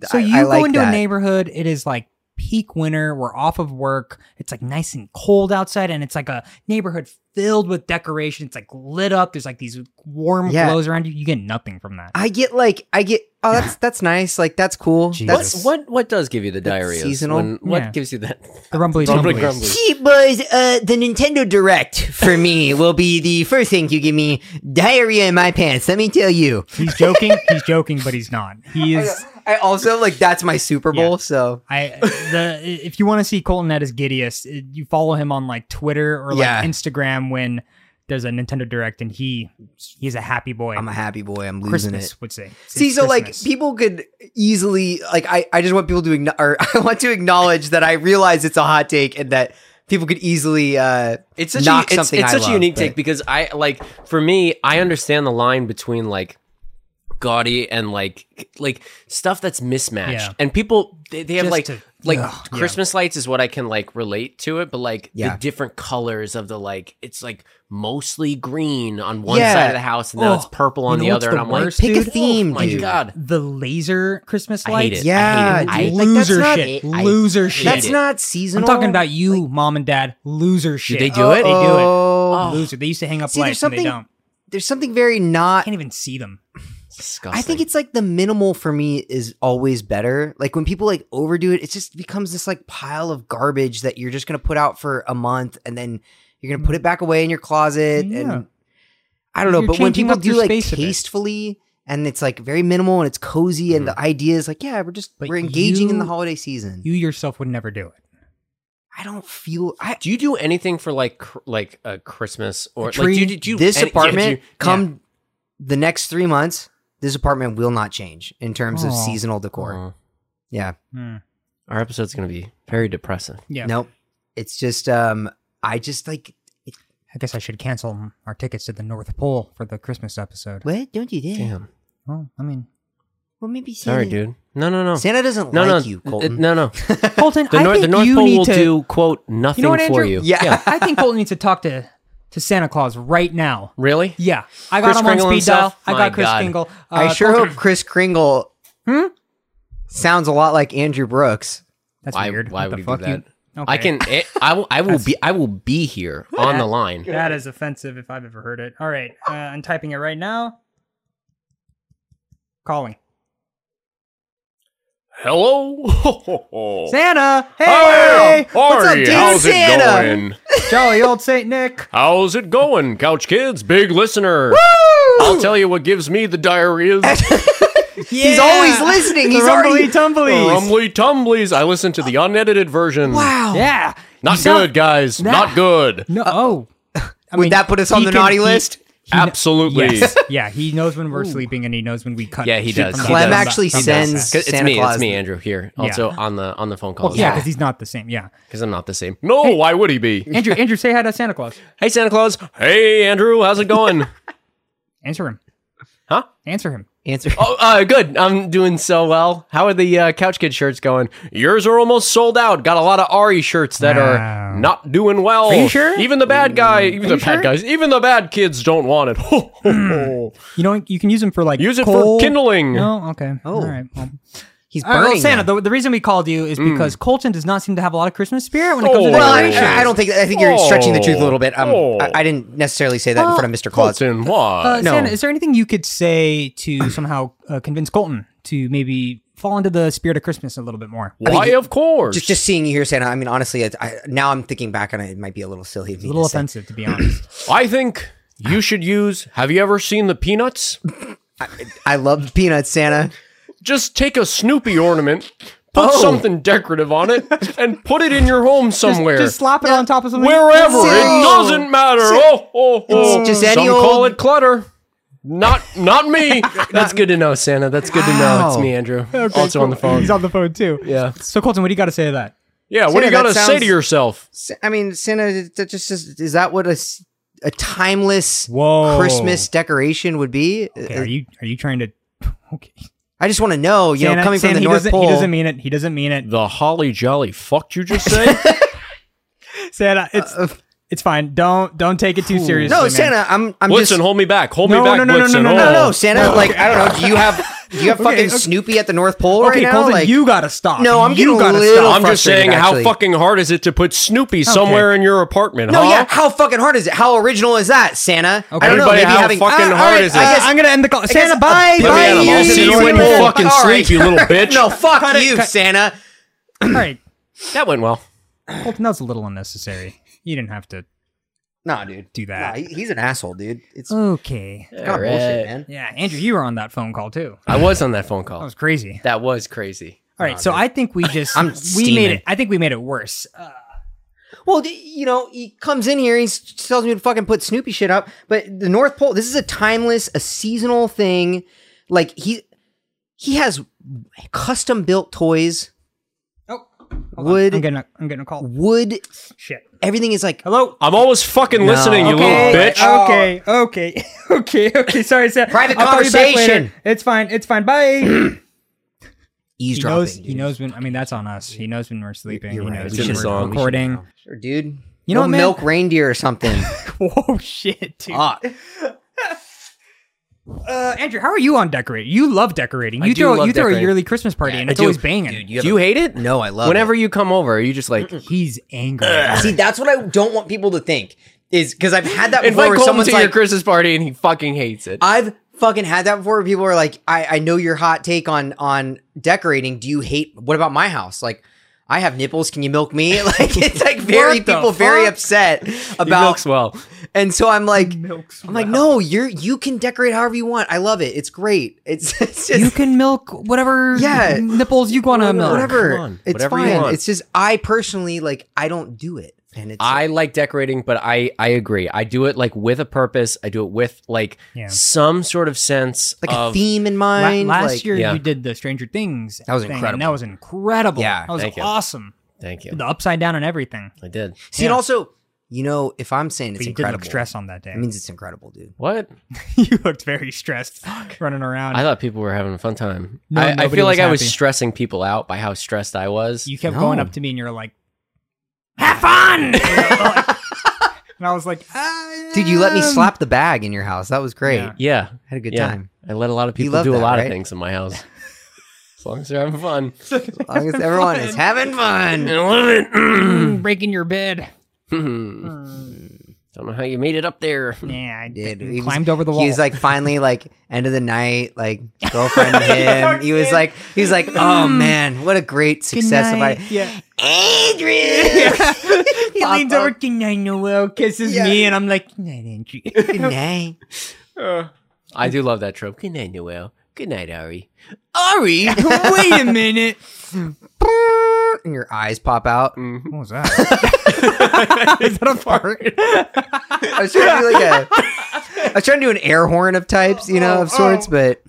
S1: So
S3: I-
S1: you
S3: I
S1: go
S3: like
S1: into
S3: that.
S1: a neighborhood, it is like peak winter, we're off of work, it's like nice and cold outside, and it's like a neighborhood filled with decorations, it's like lit up, there's like these warm
S3: Yeah.
S1: glows around you. You get nothing from that.
S3: I get like I get. Oh, that's that's nice. Like that's cool.
S2: what
S3: That's
S2: what what does give you the diarrhea?
S3: seasonal?
S2: When, what
S1: Yeah.
S2: gives you that?
S1: The rumbly
S2: Rumbly
S1: tumblies.
S2: grumblies.
S3: Hey, boys, uh, the Nintendo Direct for (laughs) me will be the first thing you give me diarrhea in my pants. Let me tell you.
S1: He's joking, he's joking, but he's not. He is
S3: I also like that's my Super Bowl.
S1: Yeah.
S3: So
S1: I the if you want to see Colton at his giddiest, it- you follow him on like Twitter or like
S3: Yeah.
S1: Instagram when the's a Nintendo Direct and he he's a happy boy.
S3: I'm a happy boy. I'm losing
S1: Christmas
S3: it.
S1: would say.
S3: See,
S1: It's
S3: so like
S1: Christmas.
S3: people could easily like I, I just want people to igno- or (laughs) I want to acknowledge that I realize it's a hot take and that people could easily uh
S2: it's such
S3: knock
S2: a, it's,
S3: something
S2: it's
S3: I
S2: such
S3: love,
S2: a unique
S3: but-
S2: take because I like for me I understand the line between like gaudy and like like stuff that's mismatched
S1: Yeah.
S2: and people they, they have
S1: Just
S2: like
S1: to-
S2: like
S1: Ugh, yeah.
S2: Christmas lights is what I can like relate to it but like
S3: Yeah.
S2: the different colors of the like it's like mostly green on one
S3: Yeah.
S2: side of the house and now
S1: Oh,
S2: it's purple on
S1: you know
S2: the
S1: what's
S2: other and
S1: the
S2: I'm
S1: worst,
S2: like
S3: pick a
S1: Dude,
S3: theme,
S2: oh my
S3: dude.
S2: god
S1: the laser Christmas
S2: I hate
S1: lights.
S2: it.
S3: Yeah,
S2: I hate it.
S3: dude, like, that's
S1: loser
S3: not
S1: shit.
S3: it. I-
S1: loser shit.
S3: that's
S2: it.
S3: not seasonal.
S1: I'm talking about you, mom and dad. Loser shit.
S2: they do it?
S1: They do
S3: Oh.
S1: it. Loser. They used to hang up
S3: See,
S1: lights
S3: there's
S1: and they
S3: something-
S1: don't.
S3: There's something very not.
S1: Can't even see them.
S2: Disgusting.
S3: I think it's like the minimal for me is always better. Like when people like overdo it, it just becomes this like pile of garbage that you're just gonna put out for a month and then you're gonna put it back away in your closet
S1: Mm. Yeah.
S3: and I don't know.
S1: You're
S3: but when
S1: changing
S3: people
S1: up
S3: do
S1: your
S3: like
S1: space a bit.
S3: tastefully and it's like very minimal and it's cozy and the idea is like yeah we're just
S1: Mm. But
S3: we're engaging in the
S1: you-
S3: holiday season.
S1: You yourself would never do it.
S3: I don't feel I
S2: do you do anything for like cr- like a Christmas or
S3: tree,
S2: like do you, do you
S3: this
S2: any- yeah, do
S3: apartment
S2: you-
S3: come the next three months this apartment will not change in terms of
S1: Aw.
S3: seasonal decor
S2: Uh,
S3: yeah
S1: Hmm.
S2: our episode's going to be very depressing.
S1: Yeah.
S3: nope it's just um i just like
S1: I guess I should cancel our tickets to the North Pole for the Christmas episode.
S3: what don't you do
S2: Damn.
S1: Well, I
S3: (laughs)
S1: mean,
S3: well maybe santa,
S2: Sorry, dude. No, no, no.
S3: santa doesn't
S2: no,
S3: like
S2: no,
S3: you
S2: uh,
S3: colton
S2: no, no.
S1: Colton,
S2: The
S1: I
S2: North,
S1: think
S2: the North
S1: you
S2: Pole
S1: need
S2: will
S1: to.
S2: do quote nothing
S1: what,
S2: for
S1: Andrew?
S2: you.
S3: yeah,
S1: I think Colton needs to talk to to Santa Claus right now.
S2: Really?
S1: Yeah, I got
S2: Kris
S1: him
S2: Kringle
S1: on speed dial.
S2: himself?
S1: I
S2: My
S1: got Chris Uh,
S2: God.
S1: Kingle.
S3: i sure hope chris kringle
S1: Hmm?
S3: sounds a lot like andrew brooks
S1: That's
S2: Why,
S1: weird.
S2: why
S1: What
S2: would
S1: the
S2: you
S1: fuck
S2: do that?
S1: You,
S2: I can. It, I will. I will be. I will be
S5: (laughs)
S2: here on the line.
S1: That is offensive if I've ever heard it. All right, uh, I'm typing it right now. Calling
S5: (laughs) Hello?
S1: Santa.
S2: Oh,
S5: Hey!
S1: Hey,
S5: What's
S3: up, dude?
S5: How's
S3: Santa!
S5: it going?
S1: jolly old Saint Nick.
S5: How's it going, Couch Kids? Big listener. I'll tell you what gives me
S2: (laughs)
S5: the diarrhea. the
S3: he's always listening
S1: The
S3: he's already
S1: rumbly tumblies.
S5: rumbly tumblies. I listen to the unedited version.
S3: wow
S1: Yeah,
S5: Not
S1: You
S5: good,
S1: sound-
S5: guys. Not good.
S1: No. oh, I
S3: would
S1: mean,
S3: Uh, that put us on
S1: he
S3: the
S1: can-
S3: naughty
S1: he-
S3: list
S5: Absolutely.
S1: Yes. yeah, he knows when we're sleeping and he knows when we cut.
S2: Yeah, he
S1: shit
S2: does.
S1: from
S2: He
S1: the-
S2: does.
S1: from
S3: actually
S1: the- from the
S3: sends-
S1: podcast.
S2: (laughs) 'Cause It's
S3: Santa
S2: me.
S3: Claus.
S2: It's me, Andrew. Here also on the on the phone call.
S1: Well, yeah,
S3: Yeah.
S1: because he's not the same. Yeah,
S2: because I'm not the same.
S5: No, why would he be?
S1: Andrew, Andrew, say hi to Santa Claus.
S2: (laughs) Hey, Santa Claus.
S5: (laughs) Hey, Andrew, how's it going?
S1: Answer him.
S2: Huh?
S1: Answer him.
S3: Answer.
S2: Oh, uh, good. I'm doing so well. How are the uh, Couch Kid shirts going? Yours are almost sold out. Got a lot of Ari shirts that
S1: Wow.
S2: are not doing well.
S1: Are you sure?
S2: Even the bad guy, even the
S1: you sure?
S2: bad guys, even the bad kids don't want it. (laughs) Ho, ho, ho.
S1: You know, you can use them for like
S2: Use it
S1: coal.
S2: for kindling.
S1: No, okay.
S3: Oh.
S1: All right. Well,
S3: He's
S1: All right,
S3: burning.
S1: well, Santa,
S3: them.
S1: the, the reason we called you is because Colton does not seem to have a lot of Christmas spirit when it comes
S2: Oh.
S1: to
S3: (laughs) well, I,
S1: decorations.
S3: I I don't think. I think you're stretching the truth a little bit. Um,
S2: Oh.
S3: I, I didn't necessarily say that in front of Mr. Claus.
S2: Colton, what?
S1: Uh,
S3: No.
S1: Santa, is there anything you could say to (clears throat) somehow uh, convince Colton to maybe fall into the spirit of Christmas a little bit more?
S2: Why, of course.
S3: Just, just seeing you here, Santa. I mean, honestly, I, I, now I'm thinking back on it. It might be a little silly.
S1: A little offensive, to be honest.
S2: I think you should use. Have you ever seen the peanuts?
S3: I love peanuts, Santa.
S2: Just take a Snoopy ornament, put something decorative on it, and put it in your home somewhere.
S1: (clears throat) Just slap it on top of something.
S2: Wherever
S3: Sit-
S2: it doesn't matter. oh, oh, oh.
S3: It's just any
S2: Some call
S3: old-
S2: it clutter. Not, not me. That's good to know, Santa. That's good to know. It's
S3: Wow.
S2: me, Andrew.
S3: (laughs)
S2: also on the phone.
S1: He's on the phone too.
S2: Yeah.
S1: So Colton, what do you got to say to that?
S2: Yeah. What do
S3: Santa,
S2: you got to
S3: that
S2: say
S3: sounds-
S2: to yourself?
S3: Sa- I mean, Santa. it- That just is, is that what a s- a timeless
S1: Whoa.
S3: Christmas decoration would be?
S1: Okay, are you are you trying to? (laughs) Okay.
S3: I just want to know. You know, coming
S1: Santa,
S3: from the
S1: he
S3: North
S1: doesn't,
S3: Pole.
S1: He doesn't mean it. He doesn't mean it.
S2: The holly jolly fuck you just say?
S1: Santa, it's it's fine. Don't don't take it too seriously.
S3: Uh, no,
S1: man.
S3: Santa. I'm. I'm
S2: Blitzen,
S3: just.
S2: hold me back. Hold
S1: No,
S2: me back,
S1: no, no, no, no,
S2: Blitzen.
S1: no,
S3: No,
S2: Oh.
S3: no, Santa. Like I don't know. Do you have? Do you have fucking
S1: (laughs) okay.
S3: Snoopy at the North Pole
S1: Okay,
S3: right now?
S1: Colton,
S3: like
S1: you gotta stop.
S3: No, I'm
S1: you
S3: getting a
S1: gotta
S3: little-
S1: stop.
S2: I'm just
S3: frustrated,
S2: saying,
S3: actually.
S2: how fucking hard is it to put Snoopy somewhere in your apartment?
S3: No,
S2: huh?
S3: yeah. How fucking hard is it? How original is that, Santa?
S1: Okay.
S3: I don't know.
S2: Everybody,
S3: Maybe
S2: how
S3: having
S2: fucking
S3: Ah,
S2: hard
S3: all right,
S2: is
S3: I
S2: it?
S1: I,
S3: guess-
S1: I'm gonna end the call.
S3: guess-
S1: Santa, bye,
S3: Let me
S1: bye.
S2: out of them. I'll see you when you
S3: later.
S2: fucking
S3: All
S2: sleep, you
S3: (laughs)
S2: little bitch.
S3: No, fuck
S1: Cut it,
S3: you,
S1: cut-
S3: Santa.
S1: All right,
S2: That went well.
S1: Colton, that was a little unnecessary. You didn't have to
S3: Nah, dude.
S1: do
S3: Nah,
S1: that.
S3: he- he's an asshole, dude. It's
S2: Mm,
S1: Okay.
S3: kind of bullshit, man.
S1: Yeah, Andrew, you were on that phone call too.
S2: I was on that phone
S1: That
S2: call.
S1: was crazy.
S2: That was crazy.
S1: All right, so I think we just
S3: (laughs) I'm
S1: we made
S3: steaming.
S1: it. I think we made it worse. Uh,
S3: Well, d- you know, he comes in here, he s- tells me to fucking put Snoopy shit up, but the North Pole, this is a timeless, a seasonal thing. Like he he has custom built toys,
S1: oh,
S3: wood,
S1: I'm getting a, I'm getting a call.
S3: wood,
S1: Shit.
S3: everything is like
S1: Hello.
S2: I'm always fucking listening, you
S1: okay, Oh,
S2: little bitch.
S1: Okay, okay, (laughs) okay, okay. Sorry, Sam.
S3: Private
S1: I'll call you back later.
S3: conversation.
S1: It's fine. It's fine. Bye. he
S3: eavesdropping.
S1: knows. He
S3: dude.
S1: knows when. I mean, that's on us. He knows when we're sleeping.
S3: You're
S1: he
S3: right.
S1: knows
S3: We
S1: when
S2: should
S1: we're
S2: have known. We should have
S1: recording.
S3: Sure, dude.
S1: You know
S3: We'll
S1: what, man?
S3: milk reindeer or something.
S1: (laughs) Whoa, shit, dude.
S3: Fuck.
S1: (laughs) Uh, Andrew, how are you on decorating? You love decorating.
S2: I
S1: You
S2: do
S1: throw
S2: love
S1: you throw a
S2: decorating.
S1: yearly Christmas party, and it's
S2: do.
S1: always banging.
S3: Dude,
S2: Do you hate it?
S3: (laughs) No, I love
S2: Whenever you come over, are you just like
S1: He's angry. (laughs)
S3: See, that's what I don't want people to think is because I've had that before.
S2: invite
S3: where
S2: Colton
S3: someone's
S2: to
S3: like,
S2: your Christmas party and he fucking hates it?
S3: I've fucking had that before. Where people are like, I, I know your hot take on on decorating. Do you hate? What about my house? Like, I have nipples. Can you milk me? (laughs) Like, it's like very
S1: What the
S3: people very
S1: fuck?
S3: upset
S2: he
S3: about.
S2: milks well.
S3: And so I'm like,
S1: Milks
S3: I'm like, no, you're you can decorate however you want. I love it. It's great. It's, (laughs) it's just
S1: you can milk whatever
S3: Yeah.
S1: nipples you want to milk.
S3: whatever.
S2: Come on,
S3: It's
S2: whatever you
S3: fine.
S2: want.
S3: It's just I personally like I don't do it, and it's
S2: I like decorating, but I I agree. I do it like with a purpose. I do it with like
S1: Yeah.
S2: some sort of sense
S3: like
S2: of
S3: a theme in
S1: La-
S3: mind.
S1: last
S3: like-
S1: year
S2: Yeah.
S1: you did the Stranger Things.
S3: That was
S1: thing,
S3: incredible.
S1: And that was incredible.
S3: Yeah,
S1: that was
S2: thank you.
S1: awesome.
S2: Thank you.
S1: The upside down and everything.
S2: I did.
S3: See, and
S1: Yeah.
S3: also, you know, if I'm saying
S1: But
S3: it's
S1: you did
S3: incredible,
S1: look stressed on that day.
S3: that means it's incredible, dude.
S2: What?
S1: (laughs) you looked very stressed, running around.
S2: I thought people were having a fun time.
S1: No,
S2: I, I
S1: nobody
S2: feel
S1: was
S2: like I was
S1: happy.
S2: stressing people out by how stressed I was.
S1: you kept
S3: No.
S1: going up to me and you were like, "Have fun!" You know, like-
S3: (laughs)
S1: and I was like, ah,
S3: Dude, you let me
S1: um,
S3: slap the bag in your house. That was great.
S1: Yeah.
S2: yeah,
S3: Had a good
S2: yeah.
S1: (laughs)
S3: time.
S2: I let a lot of people
S3: love
S2: do a
S3: that,
S2: lot
S3: right?
S2: of things in my house,
S3: (laughs)
S2: as long as they're having fun.
S3: As long as everyone is having fun.
S2: (laughs)
S3: (laughs)
S2: I love it.
S1: Mm, breaking your bed.
S2: (clears throat) Don't know how you made it up there.
S1: Yeah, I
S3: Dude,
S1: did.
S3: he was-
S1: climbed over the wall.
S3: He was like finally like end of the night, like girlfriend
S1: (laughs)
S3: him. He was like he was like, oh man, what a great
S1: Mm. Good
S3: success if
S1: night.
S3: I
S1: yeah. (laughs)
S3: Adrian (laughs)
S1: He
S3: Pop
S1: leans
S3: up.
S1: over, good night, Noel, kisses me, and I'm like, good night, Andrew.
S3: Good night.
S2: I do love that trope. Good night, Noel. Good night, Ari.
S3: (laughs)
S1: Ari, (laughs) wait a minute.
S3: And your eyes pop out.
S2: Mm-hmm.
S1: What was
S3: (laughs)
S1: that? Is that a fart?
S3: I was trying to do like a
S1: Oh,
S3: I was trying to do an air horn of types, you know, of sorts, but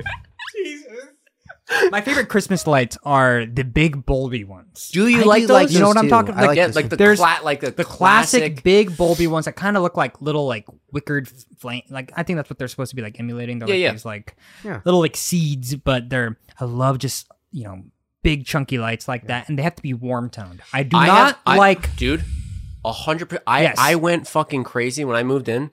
S1: My favorite Christmas lights are the big bulby ones.
S3: Do you
S1: I
S3: like those
S1: You know what I'm
S3: too?
S1: talking
S3: I
S1: about?
S3: like
S2: yeah,
S3: this
S2: like
S3: one.
S2: the
S1: There's
S2: cla- like the,
S1: the classic, big bulby ones that kind of look like little like wickered flame. Like I think that's what they're supposed to be like emulating. They're like
S2: Yeah, yeah.
S1: these like
S3: Yeah.
S1: little like seeds, but they're I love just you know big chunky lights like that, and they have to be warm toned. I do
S2: I have-
S1: not
S2: I-
S1: like
S2: dude. A hundred. per- I
S1: Yes.
S2: I went fucking crazy when I moved in.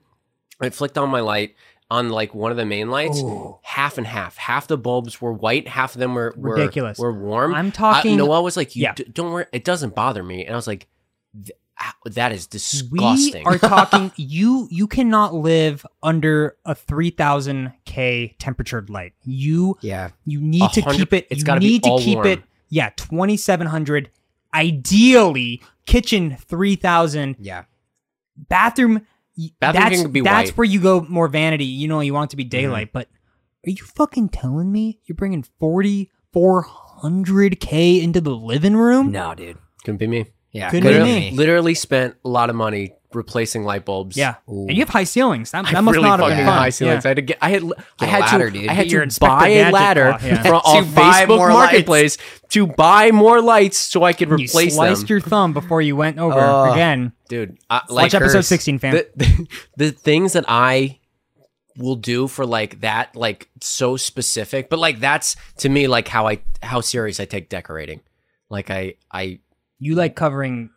S2: I flicked on my light on like one of the main lights,
S3: Oh.
S2: half and half. Half the bulbs were white, half of them were, were
S1: Ridiculous.
S2: Were warm.
S1: I'm talking-
S2: I, Noelle was like, "You
S1: Yeah.
S2: d- don't worry, it doesn't bother me." And I was like, "Th- ah, "That is
S1: we
S2: disgusting." (laughs)
S1: are talking you you cannot live under a 3000 K temperatured light. You
S3: Yeah.
S1: You need to
S2: 100
S1: keep it.
S2: it's
S1: you
S2: gotta be
S1: need
S2: all
S1: to keep
S2: warm.
S1: it. Yeah, twenty seven hundred. Ideally, kitchen three thousand.
S3: Yeah.
S1: Bathroom. y-
S2: Bathroom
S1: that's
S2: can be
S1: that's
S2: white. Mm-hmm.
S1: where you go more vanity. You know, you want it to be daylight, but are you fucking telling me you're bringing forty four hundred k into the living room?
S3: No, dude.
S2: Couldn't be me.
S3: Yeah.
S1: Couldn't
S3: good
S1: be
S3: on
S1: me.
S3: you.
S2: Literally spent a lot of money replacing light bulbs.
S1: Yeah,
S3: Ooh.
S1: and you have high ceilings. That,
S2: I
S1: that must
S2: really
S1: not have
S2: fucking
S1: been
S3: fun.
S2: high
S1: fun.
S2: ceilings. I had to get. I had. I
S3: a
S2: had
S3: ladder,
S2: to.
S3: dude.
S2: I had
S1: Get your
S2: to
S1: Inspector
S2: buy a
S1: Gadget
S2: ladder
S1: claw, yeah.
S3: (laughs)
S2: from on
S3: buy more
S2: Facebook
S3: lights.
S2: Marketplace to buy more lights so I could
S1: You
S2: replace
S1: sliced
S2: them.
S1: your thumb before you went over
S3: Oh.
S1: again.
S2: dude, I,
S1: Watch
S2: like
S1: episode
S3: curse.
S1: sixteen, fam.
S2: the, the (laughs) the things that I will do for like that, like so specific. But like that's to me like how I how serious I take decorating. Like I I
S1: you like covering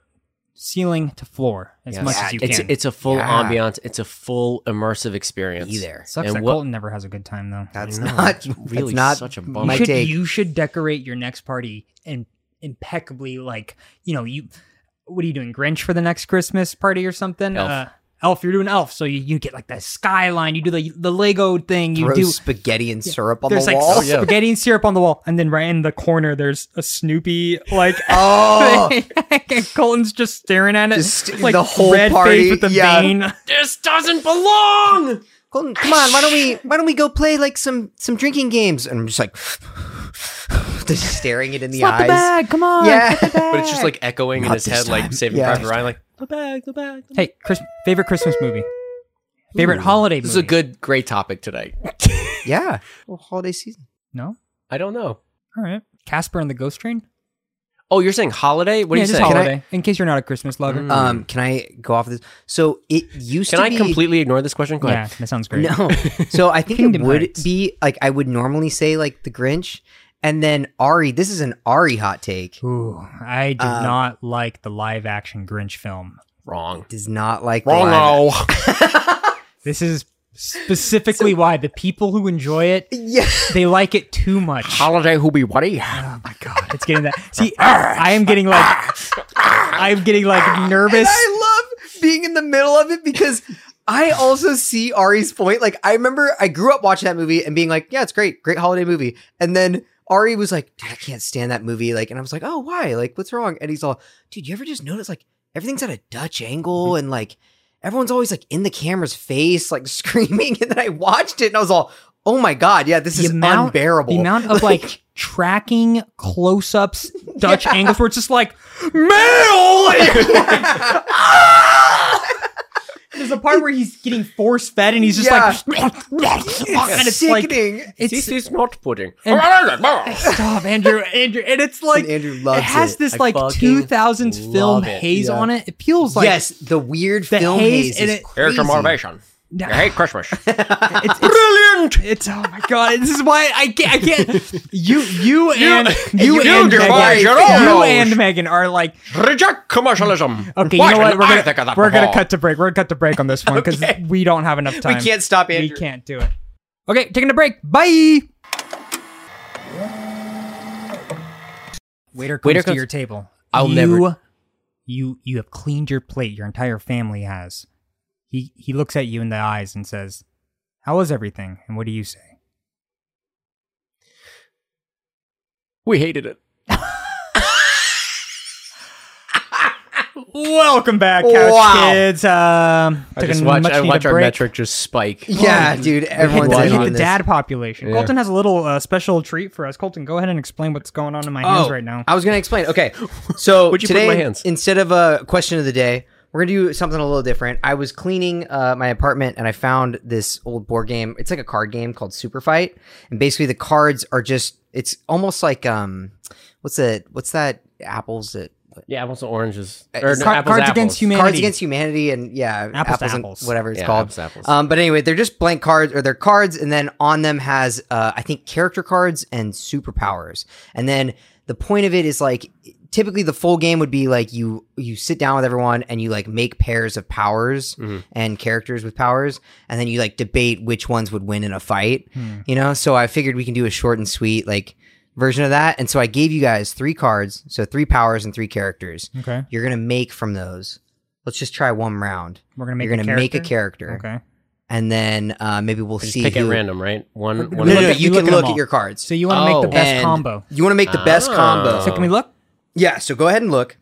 S1: ceiling to floor as much as you
S2: it's
S1: can.
S2: it's a full
S3: Yeah.
S2: ambiance. It's a full immersive experience.
S3: Be there.
S1: Sucks
S2: And
S1: that
S2: what-
S1: Colton never has a good time though.
S3: That's
S2: I know.
S3: not
S2: Really
S3: That's not
S2: such a
S1: you
S2: bummer.
S3: My
S1: should
S3: take.
S1: you should decorate your next party and impeccably like you know you what are you doing Grinch for the next Christmas party or something?
S2: Elf.
S1: Uh, elf, you're doing elf, so you, you get like the skyline. You do the the Lego thing. You
S3: Throw
S1: do
S3: spaghetti and syrup on
S1: there's
S3: the
S1: like oh,
S3: wall.
S2: Oh, yeah.
S1: spaghetti and syrup on the wall, and then right in the corner there's a Snoopy
S3: (laughs)
S1: like.
S3: (laughs)
S1: (laughs)
S3: Oh,
S1: and Colton's just staring at it,
S3: Just
S1: like
S3: the whole
S1: red
S3: party,
S1: face with the
S3: yeah.
S1: vein. (laughs)
S2: this doesn't belong.
S3: Colton, come on, why don't we why don't we go play like some some drinking games? And I'm just like (sighs) just staring it in the
S1: Slap the
S3: eyes.
S1: bag, come on.
S3: Yeah. (laughs)
S1: slap the
S2: But it's just
S1: bag.
S2: like echoing in
S3: Not
S2: his
S3: this
S2: head,
S3: time.
S2: like Saving
S3: Yeah.
S2: Private Ryan. Like
S1: the bag, the bag. Hey, Chris, favorite Christmas movie, favorite holiday.
S2: this is
S1: movie.
S2: a good, great topic today.
S3: Yeah. Well, holiday season.
S1: No,
S2: I don't know.
S1: all right. Casper and the Ghost Train.
S2: Oh, you're saying holiday? What
S1: yeah,
S2: are you
S1: just
S2: saying?
S1: holiday. In case you're not a Christmas lover.
S2: Mm.
S3: Um, can I go off of this? So it used
S2: Can
S3: to
S2: I
S3: be
S2: completely ignore this question? Go
S1: yeah,
S2: ahead.
S1: that sounds great. (laughs)
S3: No. So I think it
S1: Kingdom
S3: would
S1: Hearts.
S3: be like I would normally say like the Grinch and then Ari, this is an Ari hot take.
S1: Ooh, I did
S2: Uh,
S3: Um,
S1: not like the live action Grinch film.
S2: Wrong.
S3: Does not like the live-
S5: Wrong.
S1: This is specifically why the people who enjoy it
S3: (laughs) Yeah.
S1: they like it too much.
S5: Holiday who be what?
S1: Oh my god, it's getting that. See, I am getting like, I'm getting like nervous.
S3: I love being in the middle of it because I also see Ari's point. Like I remember I grew up watching that movie and being like, yeah, it's great, great holiday movie. And then Ari was like, dude, I can't stand that movie. Like, and I was like, oh, why? Like, what's wrong? And he's all, dude, you ever just notice like everything's at a Dutch
S1: Mm-hmm.
S3: angle and like everyone's always like in the camera's face, like (laughs) screaming. And then I watched it and I was all, oh my god, yeah, this
S1: The
S3: is
S1: amount-
S3: unbearable.
S1: The amount
S3: (laughs)
S1: of like tracking close ups, Dutch angles where it's just like, mail! There's a part where he's getting force fed and he's just (laughs) like, and it's like,
S3: sickening.
S1: it's
S2: is not pudding.
S1: stop, Andrew, Andrew, and it's like,
S3: and Andrew
S1: it
S3: loves
S1: has
S3: it.
S1: this
S2: I
S1: like
S2: fucking
S1: 2000s film
S2: love it.
S1: haze
S3: Yeah.
S1: on it. It feels (laughs) like
S3: yes, the weird
S1: the
S3: film haze,
S1: haze, and
S3: is
S1: it-
S5: Here's your
S3: crazy.
S5: motivation.
S1: No.
S5: I hate Christmas.
S1: It's, brilliant. It's oh my god. This is why I can't. I can't. You, you, and you,
S5: you
S1: and Megan,
S5: devise
S1: you
S5: your own rules.
S1: and Megan are like
S5: Reject commercialism.
S1: (laughs) okay.
S5: Why
S1: you know what?
S5: didn't I
S1: We're
S5: think of
S1: gonna
S5: that
S1: we're gonna
S5: before?
S1: cut to break. We're gonna cut to break on this one because we don't have enough time.
S3: We can't stop
S1: We
S3: Andrew.
S1: can't do it. Okay, taking a break. Bye. Waiter comes
S2: Waiter
S1: to
S2: comes-
S1: your table.
S2: I'll
S1: you,
S2: never-
S1: You you have cleaned your plate. Your entire family has. He he looks at you in the eyes and says, "How was everything?" And what do you say?
S5: We hated it.
S1: Welcome back, Couch
S3: Wow.
S1: Kids. Um,
S2: I
S1: took
S2: just
S1: a
S2: watch,
S1: much
S2: I watch
S1: needed
S2: our
S1: break.
S2: metric just spike.
S3: Yeah, dude,
S1: Hit,
S3: everyone's
S1: the-
S3: in
S1: hit
S3: on
S1: the
S3: this.
S1: dad population.
S2: Yeah.
S1: Colton has a little uh, special treat for us. Colton, go ahead and explain what's going on in my
S3: Oh.
S1: hands right now.
S3: I was gonna explain. Okay,
S2: (laughs)
S3: so
S2: What'd you put in
S3: today,
S2: my hands?
S3: instead of a question of the day, we're gonna do something a little different. I was cleaning uh, my apartment and I found this old board game. It's like a card game called Super Fight, and basically the cards are just It's almost like um, what's that? What's that? Apples that
S2: Yeah, apples and oranges.
S3: Uh,
S2: Or,
S3: it's
S2: no,
S1: Car-
S2: apples,
S1: Cards
S2: apples.
S1: Against Humanity.
S3: Cards Against Humanity and yeah,
S1: Apples to
S3: and
S1: apples.
S3: whatever it's
S2: Yeah,
S3: called.
S2: apples, apples.
S3: Um, but anyway, they're just blank cards, or they're cards, and then on them has uh, I think character cards and superpowers. And then the point of it is like typically the full game would be like you you sit down with everyone and you like make pairs of powers
S2: Mm-hmm.
S3: and characters with powers, and then you like debate which ones would win in a fight.
S1: Hmm.
S3: You know, so I figured we can do a short and sweet like version of that. And so I gave you guys three cards, so three powers and three characters.
S1: Okay.
S3: You're gonna make from those. Let's just try one round.
S1: We're gonna make
S3: You're
S1: a
S3: gonna make a character,
S1: Okay.
S3: and then uh, maybe we'll
S2: Just
S3: see.
S2: pick at
S3: who-
S2: random, right? One,
S1: We
S3: No,
S2: one.
S1: look
S3: no, no,
S1: at- we
S3: you
S1: look
S3: can
S1: at 'em
S3: look
S1: all.
S3: at your cards.
S1: So you want to
S2: Oh.
S1: make the best
S3: And
S1: combo.
S3: You want to make the best
S2: Ah.
S3: combo.
S1: So can we look?
S3: yeah. So go ahead and look,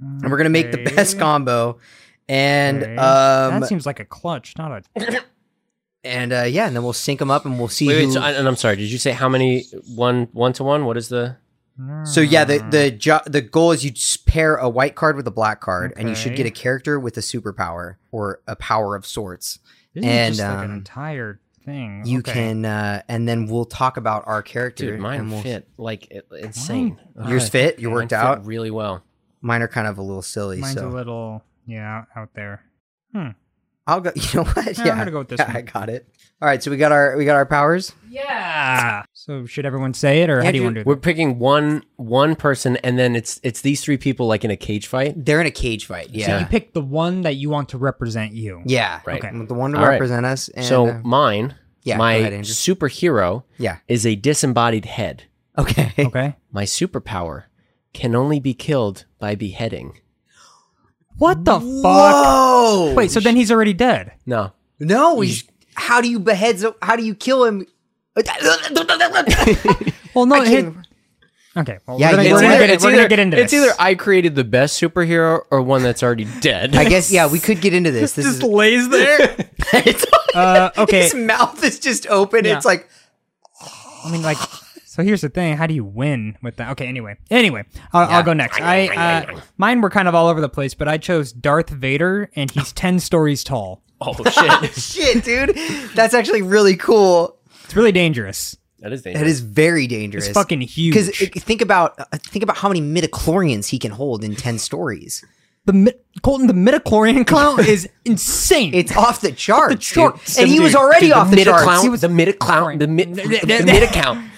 S3: and we're gonna make the best combo, and
S1: Okay.
S3: um
S1: that seems like a clutch, not a.
S3: and uh, yeah, and then we'll sync them up, and we'll see.
S2: Wait, wait,
S3: who-
S2: so, and I'm sorry. Did you say how many? One, one to one. What is the?
S3: So yeah, the
S1: Hmm.
S3: the jo- the goal is you s- pair a white card with a black card, and you should
S1: Okay.
S3: get a character with a superpower or a power of sorts.
S1: This is
S3: And,
S1: just like an
S3: um,
S1: entire thing.
S3: You
S1: Okay.
S3: can, uh, and then we'll talk about our character.
S2: Dude, mine
S3: and we'll-
S2: fit like it, insane.
S3: Yours
S2: Okay.
S3: fit. You
S2: Mine
S3: worked
S2: fit
S3: out.
S2: really well.
S3: Mine are kind of a little silly.
S1: Mine's
S3: so
S1: a little yeah out there.
S3: I'll go. (laughs) You know what?
S1: Yeah,
S3: (laughs) Yeah,
S1: I'm gonna go with this
S3: Yeah,
S1: one.
S3: I got it. All right, so we got our we got our powers.
S1: Yeah. So should everyone say it, or how do you want to do
S2: We're
S1: it?
S2: picking one one person, and then it's it's these three people like in a cage fight.
S3: They're in a cage fight. Yeah,
S1: So you pick the one that you want to represent you.
S3: (laughs) yeah.
S2: Right.
S1: Okay.
S3: The one to
S2: All right.
S3: represent us. And,
S2: so
S3: uh,
S2: mine,
S3: yeah,
S2: my
S3: go ahead, Andrew.
S2: superhero
S3: yeah.
S2: is a disembodied head.
S3: Okay. (laughs)
S1: Okay.
S2: My superpower can only be killed by beheading.
S1: What the fuck?
S3: Whoa!
S1: Wait. So then he's already dead.
S2: No,
S3: no. We, how do you behead? so- How do you kill him?
S1: Well, no.
S3: can't
S1: hit-
S3: remember.
S1: okay. Well,
S3: Yeah,
S1: we're gonna,
S3: it's
S1: we're gonna
S3: either-
S1: get, we're gonna get into
S2: it's
S1: this.
S2: either I created the best superhero or one that's already dead. (laughs)
S3: I guess. Yeah, we could get into this. This is
S1: lays there.
S3: (laughs) it's,
S1: (laughs) uh,
S3: (laughs)
S1: okay.
S3: His mouth is just open.
S1: Yeah.
S3: It's like
S1: I mean, like, (laughs) so here's the thing: how do you win with that? Okay, anyway, anyway, I'll, I'll go next. I uh, mine were kind of all over the place, but I chose Darth Vader, and he's ten stories tall.
S2: oh
S3: (laughs)
S2: shit,
S3: shit, dude. That's actually really cool.
S1: It's really dangerous.
S2: that is
S3: That
S2: dangerous.
S3: is very dangerous.
S1: It's fucking huge.
S3: Because think about uh, think about how many midichlorians he can hold in ten stories.
S1: the mi- Colton, the midichlorian clown is insane.
S3: It's off the (laughs) charts, dude.
S1: charts.
S3: and he was already
S2: Dude,
S3: off the
S2: mid-account-
S3: charts. He was,
S2: the mid clown, the
S3: (laughs)
S2: mid, the
S1: the-
S2: mid account.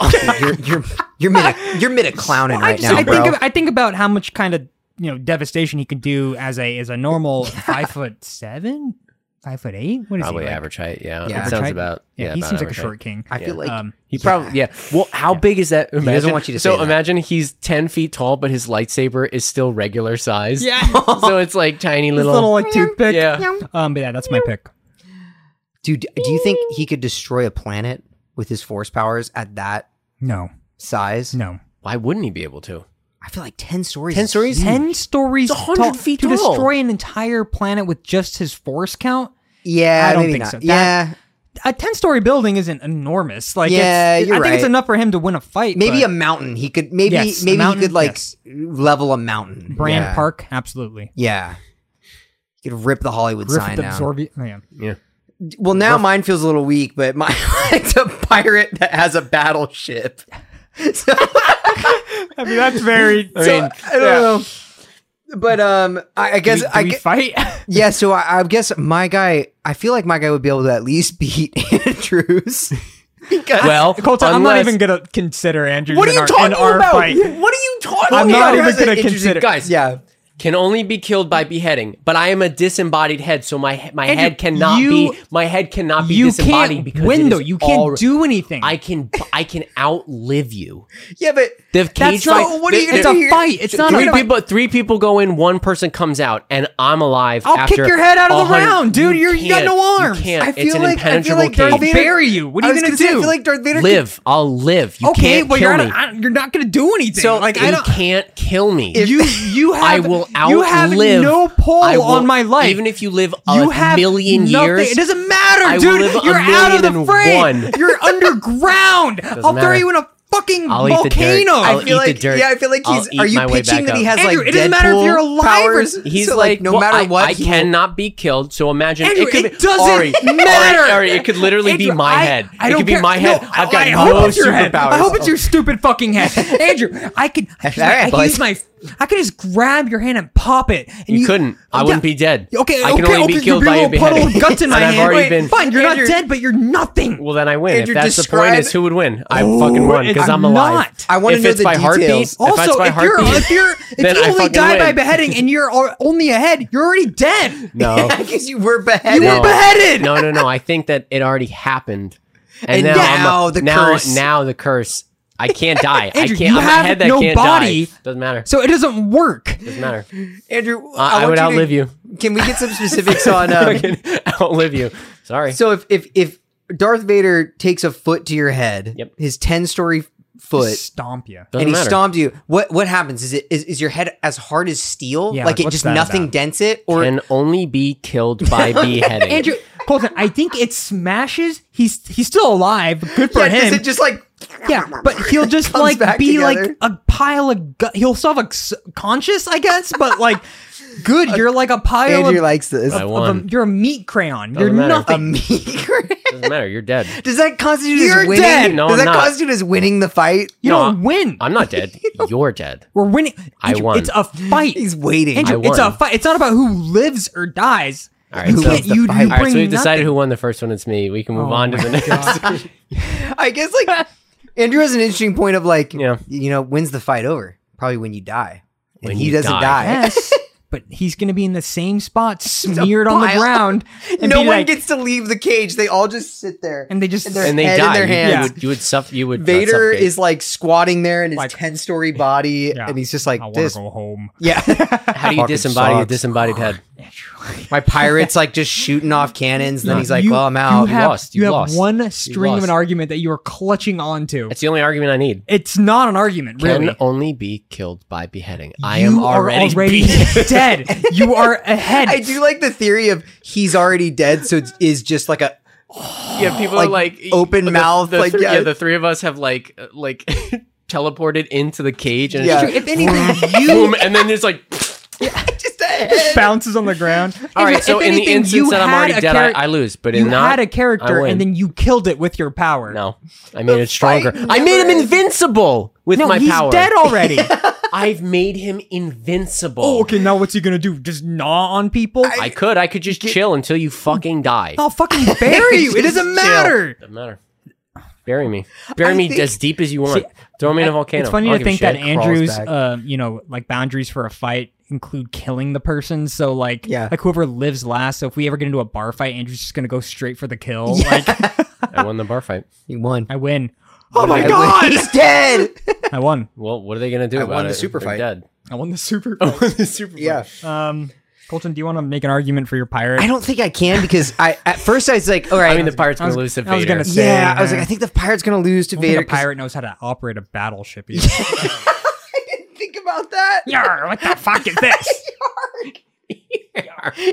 S1: (laughs)
S3: you're you're you're mid you're mid clowning
S1: I,
S3: right
S1: just,
S3: now,
S1: I
S3: bro.
S1: think of, I think about how much kind of you know devastation he could do as a as a normal five foot seven, five foot eight. What is
S2: Probably
S1: he? like?
S2: average height. Yeah,
S3: Yeah.
S2: it
S3: Average
S2: sounds
S1: height?
S2: about.
S1: Yeah,
S2: Yeah,
S1: he
S2: about
S1: seems like a
S2: average height.
S1: short king.
S3: I feel like
S1: um,
S2: He probably yeah. Well, how big is that? Imagine,
S3: want you to
S2: So
S3: say that.
S2: imagine he's ten feet tall, but his lightsaber is still regular size. (laughs) Yeah. so it's like tiny
S1: His
S2: little.
S1: little like toothpick.
S2: yeah.
S1: Um, but yeah, that's my pick.
S3: dude. Do you think he could destroy a planet with his force powers at that
S1: No,
S3: size?
S1: no.
S2: Why wouldn't he be able to?
S3: I feel like ten stories.
S2: Ten
S3: is
S2: stories?
S3: huge.
S1: ten stories
S2: It's 100
S1: tall,
S2: feet
S1: to
S2: tall.
S1: destroy an entire planet with just his force count.
S3: Yeah,
S1: I don't
S3: maybe
S1: think
S3: not.
S1: so. That-
S3: yeah,
S1: A ten-story building isn't enormous. Like,
S3: Yeah,
S1: it's,
S3: you're
S1: I think it's
S3: right.
S1: enough for him to win a fight.
S3: maybe a
S1: but
S3: mountain. He could maybe
S1: Yes, a
S3: maybe
S1: mountain,
S3: he could like
S1: yes.
S3: level a mountain.
S1: Brand
S3: yeah.
S1: Park, absolutely.
S3: Yeah, he could rip the Hollywood sign
S1: Griffith
S3: down.
S1: absorbi- oh, yeah.
S2: Yeah.
S3: Well, now mine feels a little weak, but (laughs) mine it's a pirate that has a battleship. (laughs) So,
S1: I mean, that's very.
S2: I mean,
S3: (laughs) I don't know. But um, I, I guess
S1: do,
S3: I
S1: we
S3: gue-
S1: fight? (laughs)
S3: yeah. So I, I guess my guy, I feel like my guy would be able to at least beat (laughs) Andrews. (laughs) because
S2: well,
S1: Colton, I'm not
S2: unless-
S1: even gonna consider Andrew.
S3: what are
S1: in
S3: you
S1: our,
S3: talking
S1: in our
S3: about?
S1: Fight.
S3: What are you talking
S1: I'm not
S3: about?
S1: even
S3: That's an
S1: gonna
S3: interesting-
S1: consider-
S2: guys.
S3: Yeah,
S2: Can only be killed by beheading, but I am a disembodied head, so my he- my
S1: Andrew,
S2: head cannot
S1: you-
S2: be my head cannot be
S1: You
S2: disembodied
S1: can't
S2: because it
S1: win
S2: is
S1: though. You can't
S2: all-
S1: do anything.
S2: I can I can outlive you.
S3: yeah, but
S2: The cage
S1: that's not.
S2: fight.
S3: what are
S2: the-
S3: you gonna
S1: it's
S2: the-
S1: a
S3: do here?
S1: fight. It's not
S2: Three
S1: a fight.
S2: people, three people go in, one person comes out, and I'm alive.
S1: I'll
S2: after
S1: kick your head out of the
S2: 100
S1: round, dude. You're- you got
S2: can't.
S1: no arms.
S2: You can't.
S3: I
S2: it's
S3: feel
S2: an
S3: like- I feel
S2: impenetrable
S3: like Darth
S2: cage.
S1: I'll
S3: Vader-
S1: bury you. What are
S3: I
S1: you
S3: was
S1: gonna
S3: say,
S1: do?
S3: I feel like Darth Vader. could-
S2: live. I'll live. You
S1: okay,
S2: can't
S1: well
S2: kill
S1: you're
S2: me.
S1: not, I- you're not gonna do anything.
S3: So,
S1: like I
S2: you
S1: don't.
S2: can't kill me.
S1: you you have
S2: (laughs) I will outlive.
S1: you have no pull
S2: I will-
S1: on my life.
S2: Even if you live a
S1: you have
S2: million
S1: nothing.
S2: years,
S1: It doesn't matter,
S2: I will
S1: dude.
S2: live a
S1: You're out of
S2: million
S1: the
S2: and
S1: (laughs) frame.
S2: one.
S1: You're underground. I'll throw
S2: matter.
S1: you in a fucking
S2: I'll eat the dirt.
S1: volcano.
S2: I'll
S3: I feel
S2: eat the
S3: like
S2: dirt.
S3: yeah, I feel like
S2: I'll
S3: he's.
S2: eat
S3: Are you
S2: my way
S3: pitching
S2: back
S3: that he
S2: up.
S3: has
S1: Andrew,
S3: like
S1: it doesn't matter if you're
S3: Deadpool
S1: alive or-
S3: powers?
S2: He's
S3: So,
S2: like,
S3: no
S2: well,
S3: matter
S2: I,
S3: what,
S2: I
S3: he will-
S2: cannot be killed. So imagine
S1: Andrew,
S2: it could
S1: it
S2: be,
S1: doesn't
S2: Ari,
S1: matter.
S2: Ari, Ari, it could literally be
S1: Andrew,
S2: my
S1: I-
S2: head.
S1: I
S2: it
S1: don't
S2: could
S1: care.
S2: be my head.
S1: No,
S2: I've got
S1: I
S2: no
S1: hope it's your head.
S2: superpowers.
S1: I hope it's your stupid fucking head,
S2: (laughs)
S1: Andrew. I could, I could,
S3: All right,
S1: I could
S3: boys.
S1: use my, I could just grab your hand and pop it. And
S2: You, couldn't. I wouldn't
S1: Yeah.
S2: be dead.
S1: Okay,
S2: I can
S1: okay,
S2: only
S1: okay.
S2: be killed
S1: you'd
S2: by
S1: be a
S2: you
S1: little puddle of guts in my
S2: (laughs) And I've
S1: hand.
S2: already
S1: Wait,
S2: been-
S1: Fine, you're
S3: Andrew-
S1: not dead, but you're nothing.
S2: Well, then I win.
S3: Andrew,
S2: if that's the point,
S3: describe-
S2: is who would win? I fucking won because
S1: I'm
S2: I'm alive.
S1: not.
S3: I wanna
S2: If
S3: know
S2: it's
S3: the
S2: by
S3: details.
S2: heartbeat. if
S1: also,
S2: it's by
S1: if you're,
S2: heartbeat,
S1: if
S2: (laughs)
S1: you're,
S2: then
S1: if you
S2: I
S1: only
S2: fucking
S1: die by
S2: win.
S1: beheading and you're al- only a head, you're already dead. (laughs)
S2: (laughs)
S3: (laughs)
S2: no.
S3: because you were
S1: You
S3: beheaded.
S1: were
S2: No.
S1: beheaded.
S2: no, no, no. I think that it already happened, and,
S3: And
S2: now, I'm a-
S3: now the
S2: now,
S3: curse.
S2: Now the curse. I
S1: (laughs)
S2: can't die.
S1: Andrew,
S2: I can't.
S1: you
S2: I'm
S1: have
S2: a head that
S1: no
S2: can't
S1: body.
S2: die. Doesn't matter.
S1: So it doesn't work.
S2: Doesn't matter.
S3: Andrew,
S2: I, I,
S3: want
S2: would
S3: to-
S1: (laughs)
S2: outlive you.
S3: Can we get some specifics on? Um,
S2: I (laughs) outlive you. Sorry.
S3: so if if if Darth Vader takes a foot to your head,
S2: Yep.
S3: his ten story foot.
S1: Stomp you.
S2: Doesn't
S3: And he
S2: matter.
S3: stomped you. What what happens? Is it is, is your head as hard as steel?
S1: Yeah,
S3: like it
S1: what's
S3: just
S1: that
S3: nothing
S1: about?
S3: dents it, or
S2: Can only be killed
S1: (laughs)
S2: by beheading.
S1: Andrew Colton, I think it smashes. He's he's still alive. Good for
S3: Yeah, does
S1: him.
S3: it just like (laughs)
S1: yeah, but he'll just
S3: comes
S1: like
S3: back
S1: be
S3: together?
S1: like a pile of. Gu- he'll still have a s- conscious, I guess, but like,
S3: (laughs)
S1: good. You're like a pile
S3: Andrew
S1: of.
S3: likes this.
S2: I
S1: of
S2: won.
S1: a- you're a meat crayon. you're
S2: matter. Um,
S1: nothing.
S3: A meager.
S2: Doesn't matter. You're dead.
S3: (laughs) Does that constitute
S1: You're
S3: as winning?
S1: dead.
S2: No,
S3: Does
S2: I'm
S3: that
S2: not.
S3: constitute as winning the fight?
S1: you
S2: No,
S1: don't win.
S2: I'm not
S1: (laughs)
S2: dead. You're dead.
S1: We're winning.
S2: I
S1: Andrew,
S2: won.
S1: It's a fight.
S3: He's waiting.
S1: Andrew,
S2: I
S1: it's a
S2: won.
S1: fight. It's not about who lives or dies.
S2: All right,
S1: you
S2: so-
S1: can't. You, you
S3: All right,
S1: bring
S2: All right, so we've
S1: nothing.
S2: decided who won the first one. It's me. We can move
S1: Oh
S2: on to
S1: my
S2: the next.
S3: I guess like Andrew has an interesting point of like,
S2: Yeah.
S3: you know, when's the fight over? Probably when you die. And
S2: When
S3: he
S2: you
S3: doesn't
S2: die.
S3: die. (laughs)
S2: (laughs)
S1: Yes, but he's gonna be in the same spot, smeared on the
S3: pile.
S2: (laughs)
S1: ground. And
S3: no
S1: be
S3: one
S1: like,
S3: gets to leave the cage. They all just sit there.
S1: And they just
S3: their
S2: and they
S3: head
S2: die.
S3: in their
S2: You-
S3: hands.
S2: You would, you would suffer. You would. not
S3: Vader
S2: suffocate.
S3: is like squatting there in his
S1: Like-
S3: ten story body,
S1: Yeah.
S3: and he's just like
S1: I want to
S3: this.
S1: go home.
S3: Yeah,
S2: How do you
S3: Fucking
S2: disembody a
S3: sucks.
S2: disembodied head?
S3: My pirates like just shooting off cannons, and then he's like,
S1: You-
S3: "Well, I'm
S1: You
S3: out."
S1: have,
S2: lost, you
S1: have
S2: lost,
S1: one string of
S2: lost.
S1: an argument that you are clutching onto.
S2: That's the only argument I need.
S1: It's not an argument,
S2: Can
S1: really.
S2: only be killed by beheading. I
S1: you
S2: am already,
S1: are already (laughs) dead. You are ahead.
S3: I do like the theory of he's already dead, so it's, is just like a
S2: (laughs) Yeah, (laughs) people
S3: like, open mouth, like,
S2: three-
S3: yeah.
S2: the three of us have like uh, like (laughs) teleported into the cage and
S3: Yeah.
S2: it's
S1: If anything,
S2: (laughs) just boom, and then there's like.
S3: just a head.
S1: bounces on the ground.
S2: All right,
S1: If-
S2: so
S1: if
S2: in the
S1: anything,
S2: instance
S1: you
S2: that I'm
S1: had
S2: already
S1: a
S2: dead,
S1: charac-
S2: I, I lose. But
S1: you
S2: in not,
S1: had a character
S2: win.
S1: and then you killed it with your power.
S2: no, I made it stronger.
S3: fight
S2: I made him
S3: never-
S2: invincible with
S1: no,
S2: my
S1: he's
S2: power.
S1: dead
S2: (laughs)
S1: already.
S2: I've made him invincible.
S1: oh, okay. Now what's he gonna do? Just gnaw on people?
S2: I could. I could just chill until you fucking die.
S1: I'll fucking
S2: (laughs)
S1: bury you. It
S3: Just
S1: doesn't
S3: chill.
S1: matter.
S2: Doesn't matter. Bury me. Bury
S3: I
S2: me
S3: think-
S2: as deep as you want. Throw me in a volcano.
S1: It's funny
S2: I'll
S1: to
S2: give a
S1: think
S2: shit.
S1: that Andrew's, uh, you know, like boundaries for a fight include killing the person. So like,
S3: Yeah.
S1: like whoever lives last. So if we ever get into a bar fight, Andrew's just gonna go straight for the kill. Like
S2: I won the bar fight.
S3: He won.
S1: I (laughs) win.
S3: Oh
S1: my
S3: god, he's dead.
S1: I won.
S2: Well, what are they gonna do
S3: I
S2: about
S3: won the
S2: it?
S3: super
S2: They're
S3: fight.
S2: Dead.
S1: I won the super.
S2: Oh, (laughs) the
S1: (laughs)
S2: super
S3: yeah.
S1: um, Colton, do you want to make an argument for your pirate?
S3: I don't think I can because I at first I was like, all right.
S2: I mean, the pirate's
S1: I was-
S2: gonna lose to Vader.
S1: I was gonna (laughs) say-
S3: yeah, I was
S1: uh,
S3: like, I think the pirate's gonna lose
S1: I
S3: to
S1: don't
S3: Vader.
S1: think a
S3: 'cause-
S1: pirate knows how to operate a battleship. either.
S3: (laughs) I didn't think about that.
S1: Yarr, what the fuck is this?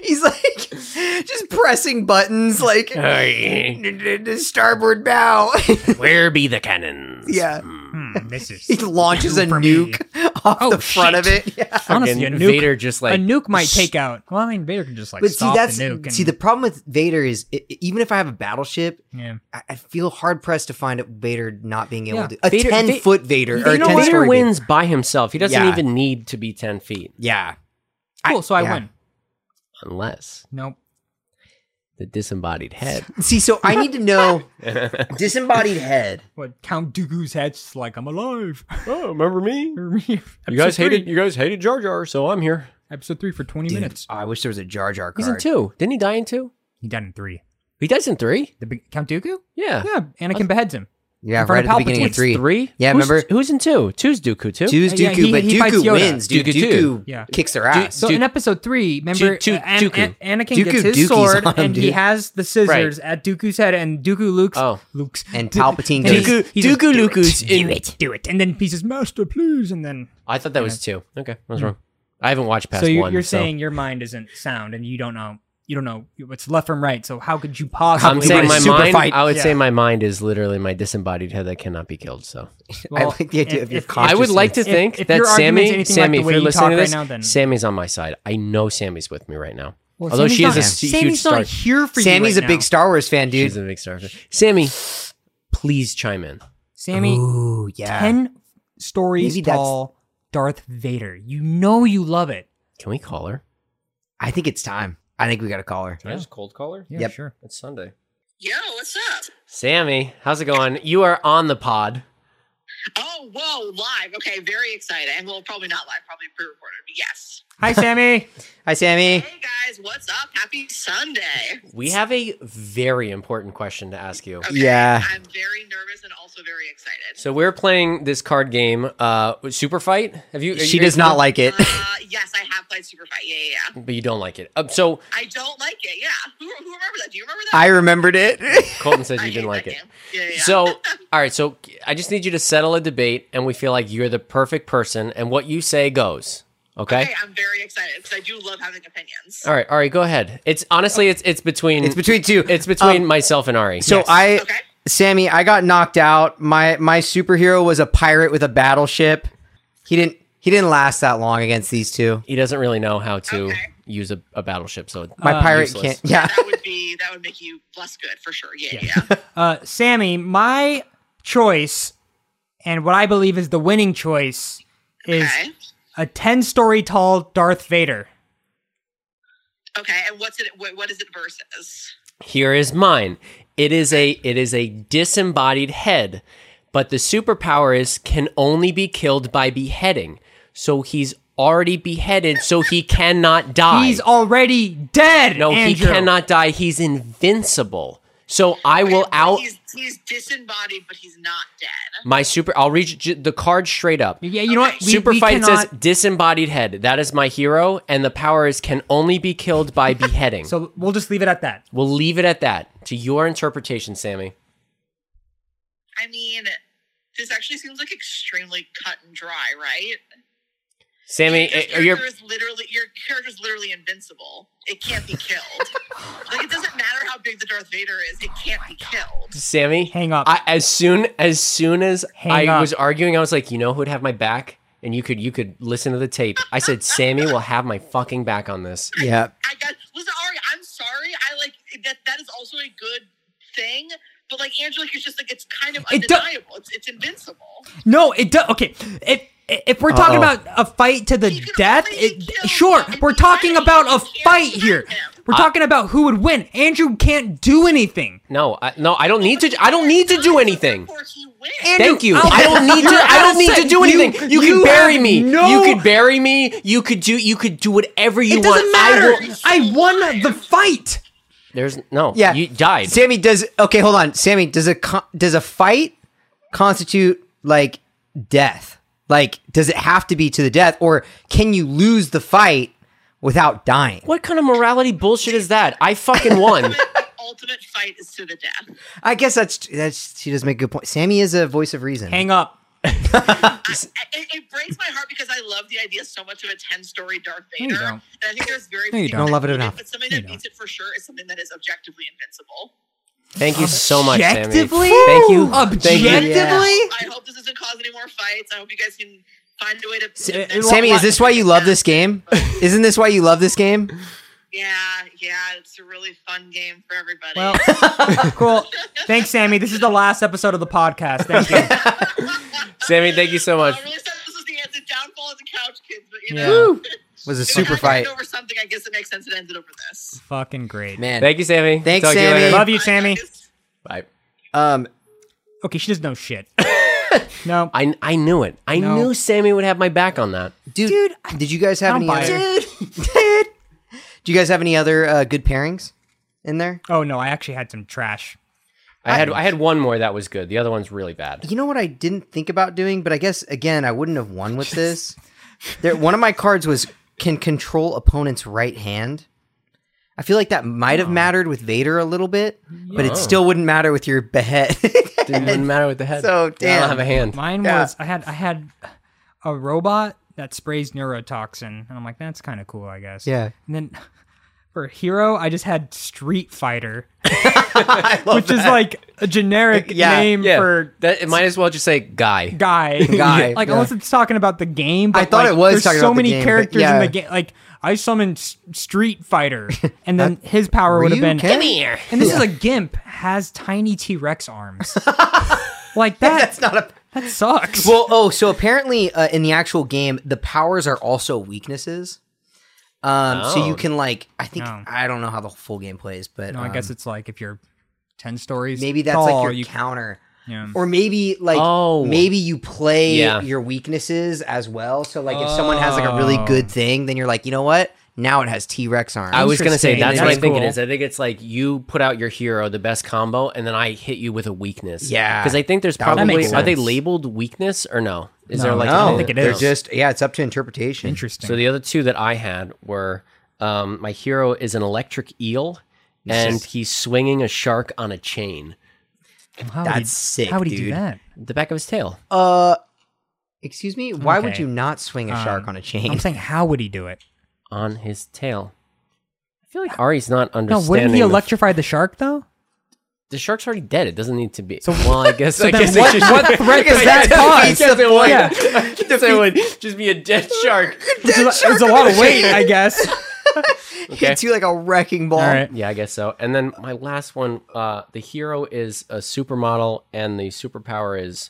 S3: He's like (laughs) just pressing buttons, like
S2: (laughs)
S1: (laughs)
S2: Hey,
S3: starboard bow. (laughs)
S2: where be the cannons?
S1: (laughs)
S3: yeah,
S1: Hmm, this is
S3: he launches a
S1: For me.
S3: nuke off
S1: Oh,
S3: the front of it. Yeah.
S2: Fucking
S1: honestly a nuke.
S2: Vader just
S1: a
S2: like
S1: nuke might take out. Well, I mean, Vader could just like
S3: But see,
S1: stop
S3: that's
S1: the nuke. And,
S3: see the problem with Vader is i i- even if I have a battleship,
S1: yeah.
S3: I, I feel hard pressed to find a Vader not being able
S1: Yeah.
S3: to a
S2: Vader-
S3: ten
S2: Va-
S3: foot Vader or a
S2: You know
S3: ten
S2: what?
S3: story
S2: Vader
S3: Vader.
S2: wins by himself. He doesn't
S3: Yeah.
S2: even need to be ten feet,
S3: Yeah,
S1: Cool. So I
S3: yeah.
S1: win.
S2: unless
S1: Nope.
S2: the disembodied head.
S3: see, so I need to know disembodied head.
S1: What Count Dooku's head's just like I'm alive.
S5: (laughs)
S1: (laughs)
S5: Oh, remember me?
S1: you
S5: You guys hated you guys hated Jar Jar, so I'm here.
S1: episode three for 20
S3: Dude,
S1: minutes.
S3: I wish there was a Jar Jar
S2: He's in
S3: card.
S2: two. Didn't he die in two?
S1: He died in three.
S2: He dies in three.
S1: The big, Count Dooku?
S2: Yeah.
S1: Yeah, Anakin beheads him.
S3: Yeah,
S1: In front
S3: right
S1: of
S3: at the beginning
S1: Palpatine.
S3: of
S1: It's
S3: three.
S2: Three.
S3: Yeah,
S2: who's,
S3: remember-
S2: who's in two? Two's Dooku too.
S3: Two's
S1: Yeah,
S3: Dooku,
S1: he-
S3: but
S1: he fights
S3: Dooku
S1: Yoda.
S3: wins. Dude,
S2: Dooku
S3: Dooku,
S2: too.
S1: Yeah.
S3: kicks their
S2: (laughs)
S3: ass.
S1: So
S2: Duke-
S1: in episode three, remember
S2: Duke-
S1: uh, An-
S2: Dooku.
S1: An- Anakin
S3: Dooku
S1: gets his
S3: dookies
S1: sword
S3: on him,
S1: and he
S3: dude.
S1: has the scissors at Dooku's head and Dooku Luke's
S2: Oh.
S1: Luke's
S3: And
S1: and
S3: Palpatine goes,
S1: he's- he's
S2: Dooku
S1: like, "Do it,
S2: Luke's
S1: do
S2: in
S1: it, do it, and then he says, "Master, please," and then
S2: I
S5: Hmm.
S2: thought that was two. Okay, I was wrong. I haven't watched past
S1: so you're,
S2: one.
S1: you're saying your mind isn't sound and you don't know you don't know what's left from right. So how could you possibly?
S2: I'm saying
S1: write
S2: my
S1: a super
S2: mind.
S1: fight?
S2: I would
S1: Yeah.
S2: say my mind is literally my disembodied head that cannot be killed. So
S3: I
S1: Well,
S3: like the idea
S1: if-
S3: of your
S1: if-
S3: consciousness.
S2: I would like to
S1: If-
S2: think
S1: if
S2: that
S1: your argument's
S2: Sammy,
S1: anything like
S2: Sammy,
S1: the
S2: if
S1: way
S2: you're
S1: you
S2: listening
S1: talk
S2: to
S1: right
S2: this,
S1: now, then-
S2: Sammy's on my side. I know Sammy's with me right now.
S1: Well,
S2: Although she
S1: Sammy's
S2: is a
S1: not-
S2: s- huge
S1: Sammy's
S2: star.
S1: not here for you
S3: Sammy's
S1: right
S3: a big
S1: now.
S3: Star Wars fan,
S2: She's
S3: dude.
S2: a big star. Sammy, please chime in.
S1: Sammy,
S3: Ooh, yeah.
S1: ten stories
S3: Maybe that's-
S1: tall. Darth Vader. You know you love it.
S2: Can we call her?
S3: I think it's time. I think we got to call her.
S1: I Yeah. just
S2: cold call her?
S1: Yeah,
S3: Yep.
S1: sure.
S2: It's Sunday.
S6: Yo, what's up?
S2: Sammy, how's it going? You are on the pod.
S6: Oh, whoa, live. Okay, very excited. And well, probably not live, probably pre recorded, but yes.
S2: (laughs)
S1: Hi, Sammy.
S3: Hi, Sammy.
S6: Hey guys, what's up? Happy Sunday.
S2: We have a very important question to ask you.
S6: Okay,
S3: Yeah.
S6: I'm very nervous and also very excited.
S2: So we're playing this card game, uh, Super Fight. Have you? are
S3: She
S2: you-
S3: does not like it. (laughs)
S6: uh, yes, I have played Super Fight. Yeah, yeah, yeah.
S2: but you don't like it. Uh, so
S6: I don't like it. Yeah. Who, who remember that? Do you remember that?
S3: I remembered it. (laughs)
S2: Colton says
S6: (laughs) I
S2: you didn't
S6: hate
S2: like
S6: that
S2: it.
S6: game. Yeah, yeah, yeah. (laughs)
S2: So, all right. So, I just need you to settle a debate, and we feel like you're the perfect person, and what you say goes. Okay.
S6: okay, I'm very excited because I do love having opinions.
S2: All right. All right. Go ahead. It's honestly, it's it's between
S3: it's between two.
S2: it's between
S3: Um,
S2: myself and Ari.
S3: so I,
S6: Okay.
S3: Sammy, I got knocked out. My my superhero was a pirate with a battleship. He didn't he didn't last that long against these two.
S2: he doesn't really know how to
S6: Okay.
S2: use a, a battleship. So
S3: My
S1: Uh,
S3: pirate
S2: useless.
S3: can't. (laughs) Yeah.
S6: That would be that would make you less good for sure. Yeah, yeah. yeah.
S1: Uh, Sammy, my choice, and what I believe is the winning choice, is
S6: Okay.
S1: a ten-story tall Darth Vader.
S6: Okay. And what's it? What, what is it versus?
S2: Here is mine. It is a it is a disembodied head, but the superpower is can only be killed by beheading. So he's already beheaded, so he cannot die.
S1: He's already dead.
S2: no,
S1: Andrew.
S2: he cannot die. He's invincible. So I will
S6: But
S2: out
S6: He's, he's disembodied, but he's not dead.
S2: my super. I'll read j- the card straight up.
S1: Yeah, you know what? We-
S2: super
S1: we
S2: fight
S1: cannot-
S2: says disembodied head. That is my hero, and the power is can only be
S1: (laughs)
S2: killed by beheading. so
S1: So we'll just leave it at that.
S2: we'll leave it at that. To your interpretation, Sammy.
S6: I mean, this actually seems like extremely cut and dry, right?
S2: Sammy,
S6: Your
S2: uh, you're
S6: character is literally your character's literally invincible. It can't be killed.
S2: (laughs)
S6: like it doesn't matter how big the Darth Vader is, it can't be killed.
S2: Sammy,
S1: Hang up.
S2: I, as soon as soon as
S1: Hang
S2: I
S1: up.
S2: was arguing, I was like, you know who'd have my back, and you could you could listen to the tape. I said, Sammy will have my fucking back on this.
S3: Yeah.
S6: I got listen, Ari, I'm sorry. I like that that is also a good thing. But like Angela is just like it's kind of
S1: It do-
S6: undeniable. It's it's invincible.
S1: No, it does. Okay, if if we're
S2: Oh.
S1: talking
S3: Uh-oh.
S1: about a fight to the
S6: He can
S1: death,
S6: only
S1: it,
S6: kill
S1: sure,
S6: somebody
S1: we're talking
S6: that he
S1: about a
S6: can't
S1: fight
S6: hurt
S1: here.
S6: him.
S1: We're talking about who would win. Andrew can't do anything.
S2: No, I, no, I don't need to. I don't need to do anything.
S6: Therefore, he wins.
S1: Andrew,
S2: Thank you.
S1: I'll-
S2: I don't need to.
S1: You're
S2: I don't need
S1: upset.
S2: to do anything. You,
S1: you
S2: can bury
S1: have
S2: me.
S1: no-
S2: You could bury me. You could do. You could do whatever you
S1: It
S2: want.
S1: doesn't
S2: I
S1: matter.
S2: will-
S1: I, won the fight.
S2: there's no.
S3: Yeah.
S2: you died.
S3: Sammy does okay. Hold on, Sammy. Does a con- does a fight constitute like death? Like, does it have to be to the death, or can you lose the fight without dying?
S2: what kind of morality bullshit is that? I
S1: (laughs)
S2: fucking won.
S6: Ultimate- ultimate fight is to the death.
S3: I guess that's that's she does make a good point. Sammy is a voice of reason.
S1: Hang up.
S6: I- it, it breaks my heart because I love the idea so much of a ten-story Darth
S1: No,
S6: Vader,
S1: you don't.
S6: and I think there's very
S1: No, you
S6: few
S1: don't.
S6: that
S3: Love it
S6: beat
S3: enough.
S6: But something
S1: No,
S6: that
S1: you
S6: beats it for sure is something that is objectively invincible.
S2: Thank you so much, Sammy.
S1: Objectively?
S2: Thank you. Thank you.
S1: Objectively?
S6: I hope this doesn't cause any more fights. I hope you guys can find a way to.
S1: Sa-
S3: uh, Sammy, is this why you love
S1: (laughs)
S3: this game? Isn't this why you love this game?
S6: Yeah, yeah, it's a really fun game for everybody.
S1: Well, cool. Thanks, Sammy. This is the last episode of the podcast. Thank you.
S2: (laughs) Sammy, thank you so
S6: I
S2: much.
S6: really said this was the answer. Downfall is a couch, kids, but you
S1: Yeah.
S6: know,
S3: Was a
S6: if
S3: super
S6: it
S3: fight.
S6: ended over something. I guess it makes sense. It ended over this.
S1: Fucking great.
S3: Man.
S2: Thank you, Sammy.
S3: Thanks,
S2: Talk to you
S3: Sammy.
S2: later.
S1: Love you,
S6: Bye,
S1: Sammy.
S6: guys.
S2: Bye.
S3: Um
S1: Okay, she doesn't know
S2: (laughs)
S1: shit. No.
S2: I, I knew it. I
S1: No.
S2: knew Sammy would have my back on that.
S3: dude,
S1: Dude,
S3: did you guys have
S1: I don't
S3: any
S1: buy
S3: other,
S1: it.
S3: (laughs) Do you guys have any other uh, good pairings in there?
S1: Oh, no, I actually had some trash.
S2: I had I had one more that was good. The other one's really bad.
S3: You know what I didn't think about doing, but I guess again I wouldn't have
S1: (laughs)
S3: won with this. There one of my cards was can control opponent's right hand. I feel like that might have mattered with Vader a little bit, but it still wouldn't matter with your (laughs) behead.
S2: Didn't wouldn't matter with the head.
S3: So,
S2: I
S3: damn.
S2: don't have a hand.
S1: Mine
S3: Yeah.
S1: was I had I had a robot that sprays neurotoxin, and I'm like, that's kind of cool, I guess.
S3: Yeah.
S1: And then (laughs) for hero, I just had Street
S3: (laughs)
S1: Fighter, which is like a generic
S3: Yeah,
S1: name
S2: Yeah,
S1: for
S2: that it might as well just say guy.
S1: guy.
S3: (laughs) Guy,
S1: like
S3: yeah.
S1: unless it's talking about the game. But
S3: I thought
S1: like,
S3: it was
S1: There's
S3: talking
S1: so
S3: about the
S1: many
S3: game, but
S1: characters in
S3: yeah.
S1: the game. Like I summoned S- Street
S3: (laughs)
S1: Fighter, and then his power would have
S3: Ryu
S1: been
S3: Ken? Come
S2: here.
S1: (laughs) And this is a gimp has tiny T Rex
S3: (laughs)
S1: arms. like that.
S3: That's not a.
S1: that
S3: (laughs)
S1: sucks.
S3: Well, oh, so apparently uh, in the actual game, the powers are also weaknesses. Um, so
S2: Oh.
S3: you can like, I think
S1: No.
S3: I don't know how the full game plays, but
S1: Oh. no, I
S3: um,
S1: guess it's like if you're ten stories.
S3: maybe that's
S1: tall,
S3: like your
S1: you
S3: counter,
S1: Yeah.
S3: or maybe like
S2: Oh.
S3: maybe you play
S2: Yeah.
S3: your weaknesses as well. So like, if someone has like a really
S1: Oh.
S3: good thing, then you're like, you know what? Now it has T Rex arms.
S2: I was gonna say
S1: Interesting.
S2: that's what
S1: That's
S2: I'm thinking
S1: cool.
S2: is. I think it's like you put out your hero, the best combo, and then I hit you with a weakness.
S3: Yeah.
S2: because I think there's
S3: That would
S1: make
S2: probably are they
S3: sense.
S2: labeled weakness or no? Is
S1: No,
S2: there like
S1: I don't
S2: a-
S1: think it
S3: they're
S1: is.
S3: just yeah, it's up to interpretation.
S1: Interesting.
S2: So the other two that I had were um, my hero is an electric eel, and he's swinging a shark on a chain,
S1: how would he-
S3: That's sick.
S1: How would he
S3: dude.
S1: do that?
S2: the back of his tail.
S3: Uh, excuse me. Why would
S1: Okay.
S3: you not swing a shark
S1: Um,
S3: on a
S1: I'm
S3: chain? (laughs)
S1: saying, how would he do it?
S2: on his tail. I feel like Ari's not
S1: Uh, No,
S2: understanding.
S1: wouldn't he
S2: the-
S1: electrify the shark though?
S2: the shark's already dead. It doesn't need to be. So well, I guess. I
S1: then
S2: guess
S1: what-
S2: it should, (laughs)
S1: what threat does that
S2: I
S1: pose?
S2: guess it would.
S1: Yeah.
S2: I guess it would (laughs)
S1: (laughs)
S2: just be a dead shark.
S1: It's a, it's a lot of weight, I guess.
S3: Hits you like a wrecking ball.
S1: All right.
S2: Yeah, I guess so. And then my last one, uh, the hero is a supermodel, and the superpower is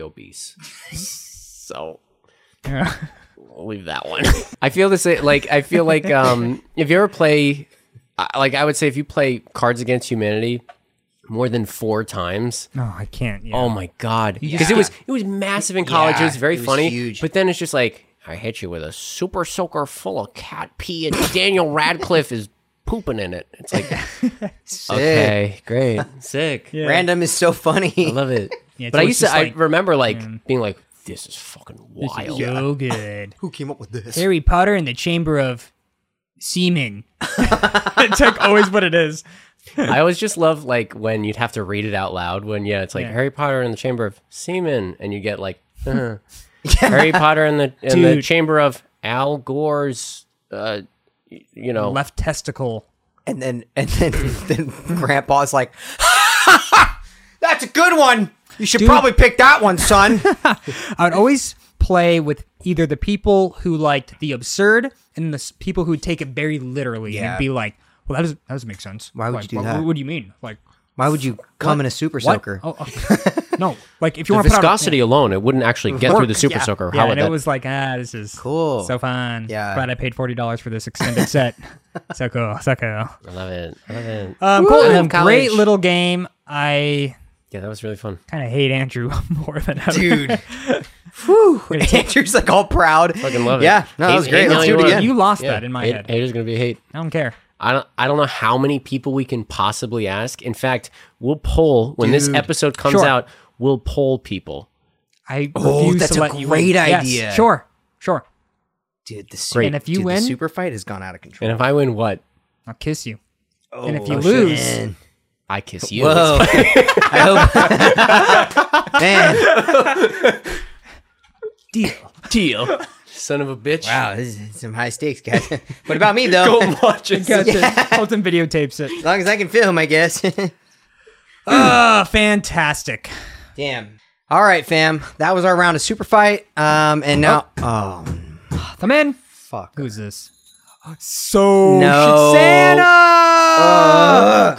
S1: (laughs)
S2: obese. so
S1: Yeah.
S2: we'll leave that one. (laughs) I feel this like I feel like um, if you ever play, I- like I would say, if you play Cards Against Humanity more than four times,
S1: No, I can't. Yeah.
S2: oh my god, because it was it was massive in college. it was very
S3: it was
S2: funny,
S3: huge.
S2: but then it's just like I hit you with a super soaker full of cat pee, and (laughs) Daniel Radcliffe is pooping in it. It's like.
S3: Sick.
S2: Okay, great, sick.
S1: Yeah.
S3: Random is so
S2: I
S3: funny.
S2: love it.
S1: Yeah, it's
S2: but I
S1: always
S2: used to.
S1: just
S2: I
S1: like-
S2: remember like
S1: Mm.
S2: being like, "This is fucking
S1: This is
S2: wild."
S1: so good.
S3: Who came up with this?
S1: Harry Potter and the Chamber of (laughs) Seeming. it's like always what it is.
S2: I always just love like when you'd have to read it out loud. When yeah, it's like
S1: Yeah.
S2: Harry Potter in the Chamber of Semen, and you get like (laughs) uh, Harry Potter in the in the
S1: Dude.
S2: Chamber of Al Gore's. Uh, y- you know,
S1: Left testicle.
S3: And then and then (laughs) then Grandpa's like, (laughs) "That's a good one. You should
S1: Dude.
S3: probably pick that
S1: (laughs)
S3: one, son."
S1: I would always play with either the people who liked the absurd and the s- people who would take it very literally
S3: Yeah.
S1: and be like, "Well, that does that doesn't make sense.
S3: Why would
S1: Like,
S3: you do
S1: what,
S3: that?
S1: What do you mean? Like
S3: Why would you come in a super
S1: what?
S3: soaker?
S1: Oh,
S3: (laughs)
S1: oh. no, like if you
S2: the
S1: want to put out
S2: viscosity alone, it wouldn't actually get through the super
S3: yeah.
S2: soaker.
S1: Yeah,
S2: How would
S1: and it
S2: that?
S1: was like, ah, this is
S3: Cool.
S1: so fun.
S3: Yeah.
S1: but I paid forty dollars for this
S3: (laughs)
S1: extended set. so cool, so cool.
S2: I love it. I love it.
S3: Uh,
S1: Um,
S2: Woo!
S1: cool.
S2: I love
S1: and Great
S2: college.
S1: little game. I
S2: Yeah, that was really fun.
S1: kind of hate Andrew (laughs) more than ever.
S3: Dude. (laughs)
S1: (laughs)
S3: Whew. Andrew's like all proud.
S2: Fucking love it.
S3: Yeah, no, that
S2: Hate-
S3: was
S2: hate
S3: great. Let's
S2: how
S3: do it
S2: you
S3: again.
S1: You lost
S2: Yeah,
S1: that in my
S2: hate-
S1: head.
S2: Haters gonna be hate.
S1: I don't care.
S2: I don't I don't know how many people we can possibly ask. In fact, we'll poll when this episode comes
S1: Sure.
S2: out, we'll poll people.
S1: I
S3: Oh,
S1: refuse
S3: that's
S1: to
S3: a
S1: let you
S3: great
S1: win. Yes,
S3: idea.
S1: sure, sure.
S3: Dude, the super,
S1: Great. And if you
S3: dude, the
S1: win-
S3: super fight has gone out of control.
S2: And if I win what?
S1: I'll kiss you. and if you
S3: Oh,
S1: lose,
S3: man.
S2: I kiss you.
S3: Whoa. (laughs) I
S1: (laughs)
S3: hope. (laughs) Man.
S1: deal.
S2: Deal.
S1: (laughs)
S2: Son of a bitch.
S3: Wow, this is some high stakes, guys. (laughs) what about me, though? (laughs)
S2: Go watch it.
S1: Gotcha. Colton videotapes it.
S3: As long as I can film, I guess. (laughs)
S1: Ah, fantastic.
S3: Damn. All right, fam. That was our round of super fight. Um, and now,
S1: Uh-huh.
S3: oh,
S1: Come in.
S3: fuck.
S1: Who's this? So
S3: No.
S1: Oh, Santa.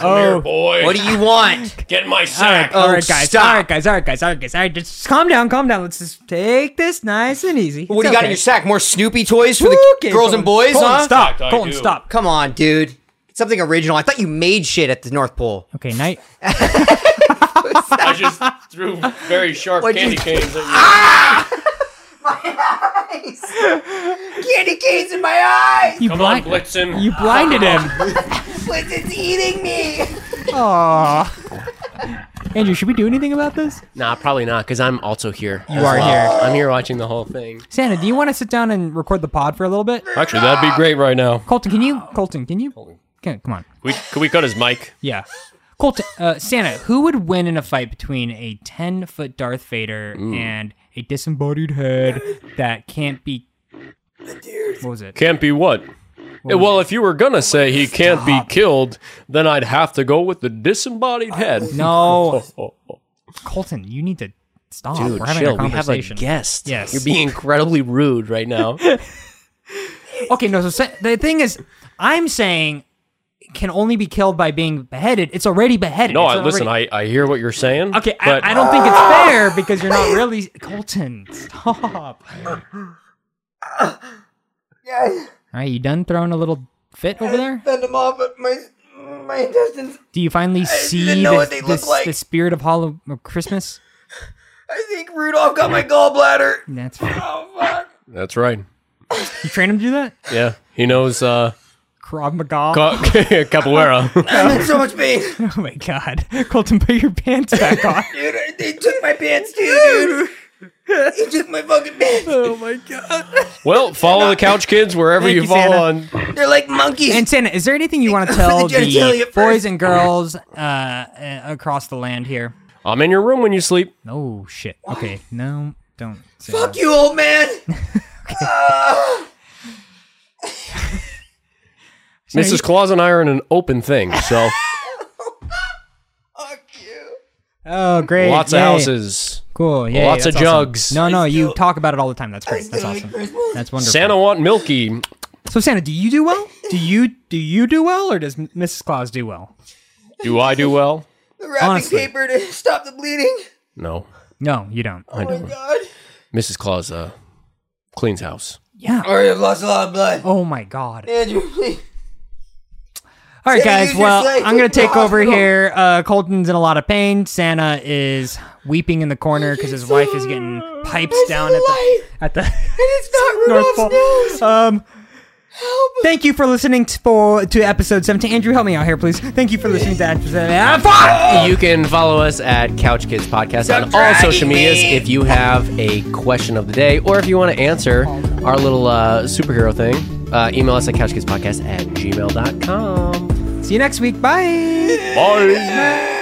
S5: Come here,
S1: oh.
S5: boy.
S3: What do you want?
S5: Get in
S1: All
S5: my
S1: right,
S5: sack.
S1: all right,
S3: Oh,
S1: guys.
S3: stop.
S1: All right, guys. All right, guys. All right, guys. All right, just calm down. Calm down. Let's just take this nice and easy.
S3: What do you got in your sack? More Snoopy toys for the
S1: Okay,
S3: girls
S1: Colton,
S3: and boys,
S1: Colton,
S3: huh?
S1: Stop.
S5: Fact, I
S1: Colton,
S5: do.
S1: stop.
S3: Come on, dude. Something original. I thought you made shit at the North Pole.
S1: Okay,
S5: (laughs)
S1: night.
S5: I just threw very sharp
S3: What'd
S5: candy
S3: you- Ah!
S5: canes
S3: (laughs)
S5: at
S3: Candy canes in my eyes.
S1: You
S5: you. Come on,
S1: blind.
S5: Blitzen.
S1: you blinded
S3: (laughs)
S1: him.
S3: It's eating me.
S1: Aw. Andrew, should we do anything about this?
S2: Nah, probably not, because I'm also here.
S1: You are here.
S2: I'm here watching the whole thing.
S1: Santa, do you want to sit down and record the pod for a little bit?
S5: (laughs) Actually, that'd be great right now.
S1: Colton, can you? Colton, can you? Can, come on.
S5: We, could we cut his mic?
S1: Yeah. Colton, uh, Santa, who would win in a fight between a 10 foot Darth Vader and a disembodied head that can't be. What was it?
S5: Can't be what?
S1: What
S5: Well, if you were gonna say he can't be killed, then I'd have to go with the disembodied head.
S1: Uh, No, Colton, you need to stop.
S2: Dude,
S1: We're having a
S2: chill. We have a
S1: conversation.
S2: guest.
S1: Yes.
S2: You're being incredibly rude right now.
S1: (laughs) okay, no. So sa- the thing is, I'm saying it can only be killed by being beheaded. It's already beheaded.
S5: No,
S1: It's
S5: I, listen,
S1: already-
S5: I, I hear what you're saying.
S1: Okay,
S5: but
S1: I, I don't think it's fair because you're not really Colton. Stop. All
S3: (laughs) Yeah,
S1: right, you done throwing a little fit over there?
S3: fend them off, but my my intestines.
S1: Do you finally see
S3: know
S1: the,
S3: what they
S1: the-
S3: look like.
S1: the spirit of Hollow of Christmas?
S3: I think Rudolph got my gallbladder.
S1: That's fine.
S3: Oh fuck!
S5: That's right.
S1: You train him to do that?
S5: Yeah, he knows uh, (laughs)
S1: Krav Maga.
S5: ca- capoeira.
S3: I'm in so much pain, dude.
S1: (laughs) oh my god. Colton, put your pants back
S3: (laughs)
S1: on.
S3: I- They took my pants too, dude. They took my fucking pants.
S1: oh my god.
S5: well, follow the couch kids wherever
S1: Thank
S5: you
S1: you,
S5: fall
S1: Santa.
S5: on.
S3: They're like monkeys.
S1: And Santa, is there anything
S3: (laughs)
S1: you want to tell
S3: the genitalia
S1: the
S3: first.
S1: boys and girls uh, uh, across the land here?
S5: I'm in your room when you sleep.
S1: Oh shit. Okay, no, don't. Say
S3: Fuck
S1: that.
S3: you, old (laughs) man. Ah.
S1: So
S5: Mrs. Claus and I are in an open
S1: (laughs)
S5: thing, so
S3: fuck you.
S1: Oh, great.
S5: lots
S1: Yay.
S5: of houses.
S1: Cool. Yeah.
S5: Lots
S1: that's
S5: of
S1: awesome.
S5: jugs.
S1: No, no, you talk about it all the time. That's great. That's
S3: Still like
S1: awesome.
S3: Christmas.
S1: That's wonderful.
S5: Santa want Milky.
S1: So Santa, do you do well? Do you do you do well, or does M- Mrs. Claus do well?
S5: Do I do well?
S3: The wrapping
S1: Honestly.
S3: paper to stop the bleeding.
S5: No,
S1: No, you don't.
S5: I
S3: Oh my
S5: don't.
S3: god.
S5: Mrs. Claus uh, cleans house.
S1: Yeah.
S3: Alright, I've lost a lot of blood.
S1: Oh my God.
S3: Andrew, please.
S1: All right,
S3: Santa,
S1: guys.
S3: use your
S1: Well,
S3: sleigh.
S1: I'm gonna
S3: Take me to
S1: take
S3: the
S1: over
S3: hospital.
S1: here. Uh, Colton's in a lot of pain. Santa is weeping in the corner because his wife is getting pipes
S3: Where's
S1: down
S3: the
S1: at the
S3: light?
S1: at the
S3: It's
S1: (laughs)
S3: not
S1: North
S3: Rudolph's nose.
S1: Pole. Um,
S3: Help.
S1: thank you for listening to, for to episode 17. Andrew, help me out here, please. Thank you for listening to episode. Ah, fuck!
S2: You can follow us at Couch Kids Podcast on all social medias if you have a question of the day or if you want to answer our little uh, superhero thing. Uh, email us at couchkidspodcast at gmail.com.
S1: See you next week. Bye.
S5: Bye.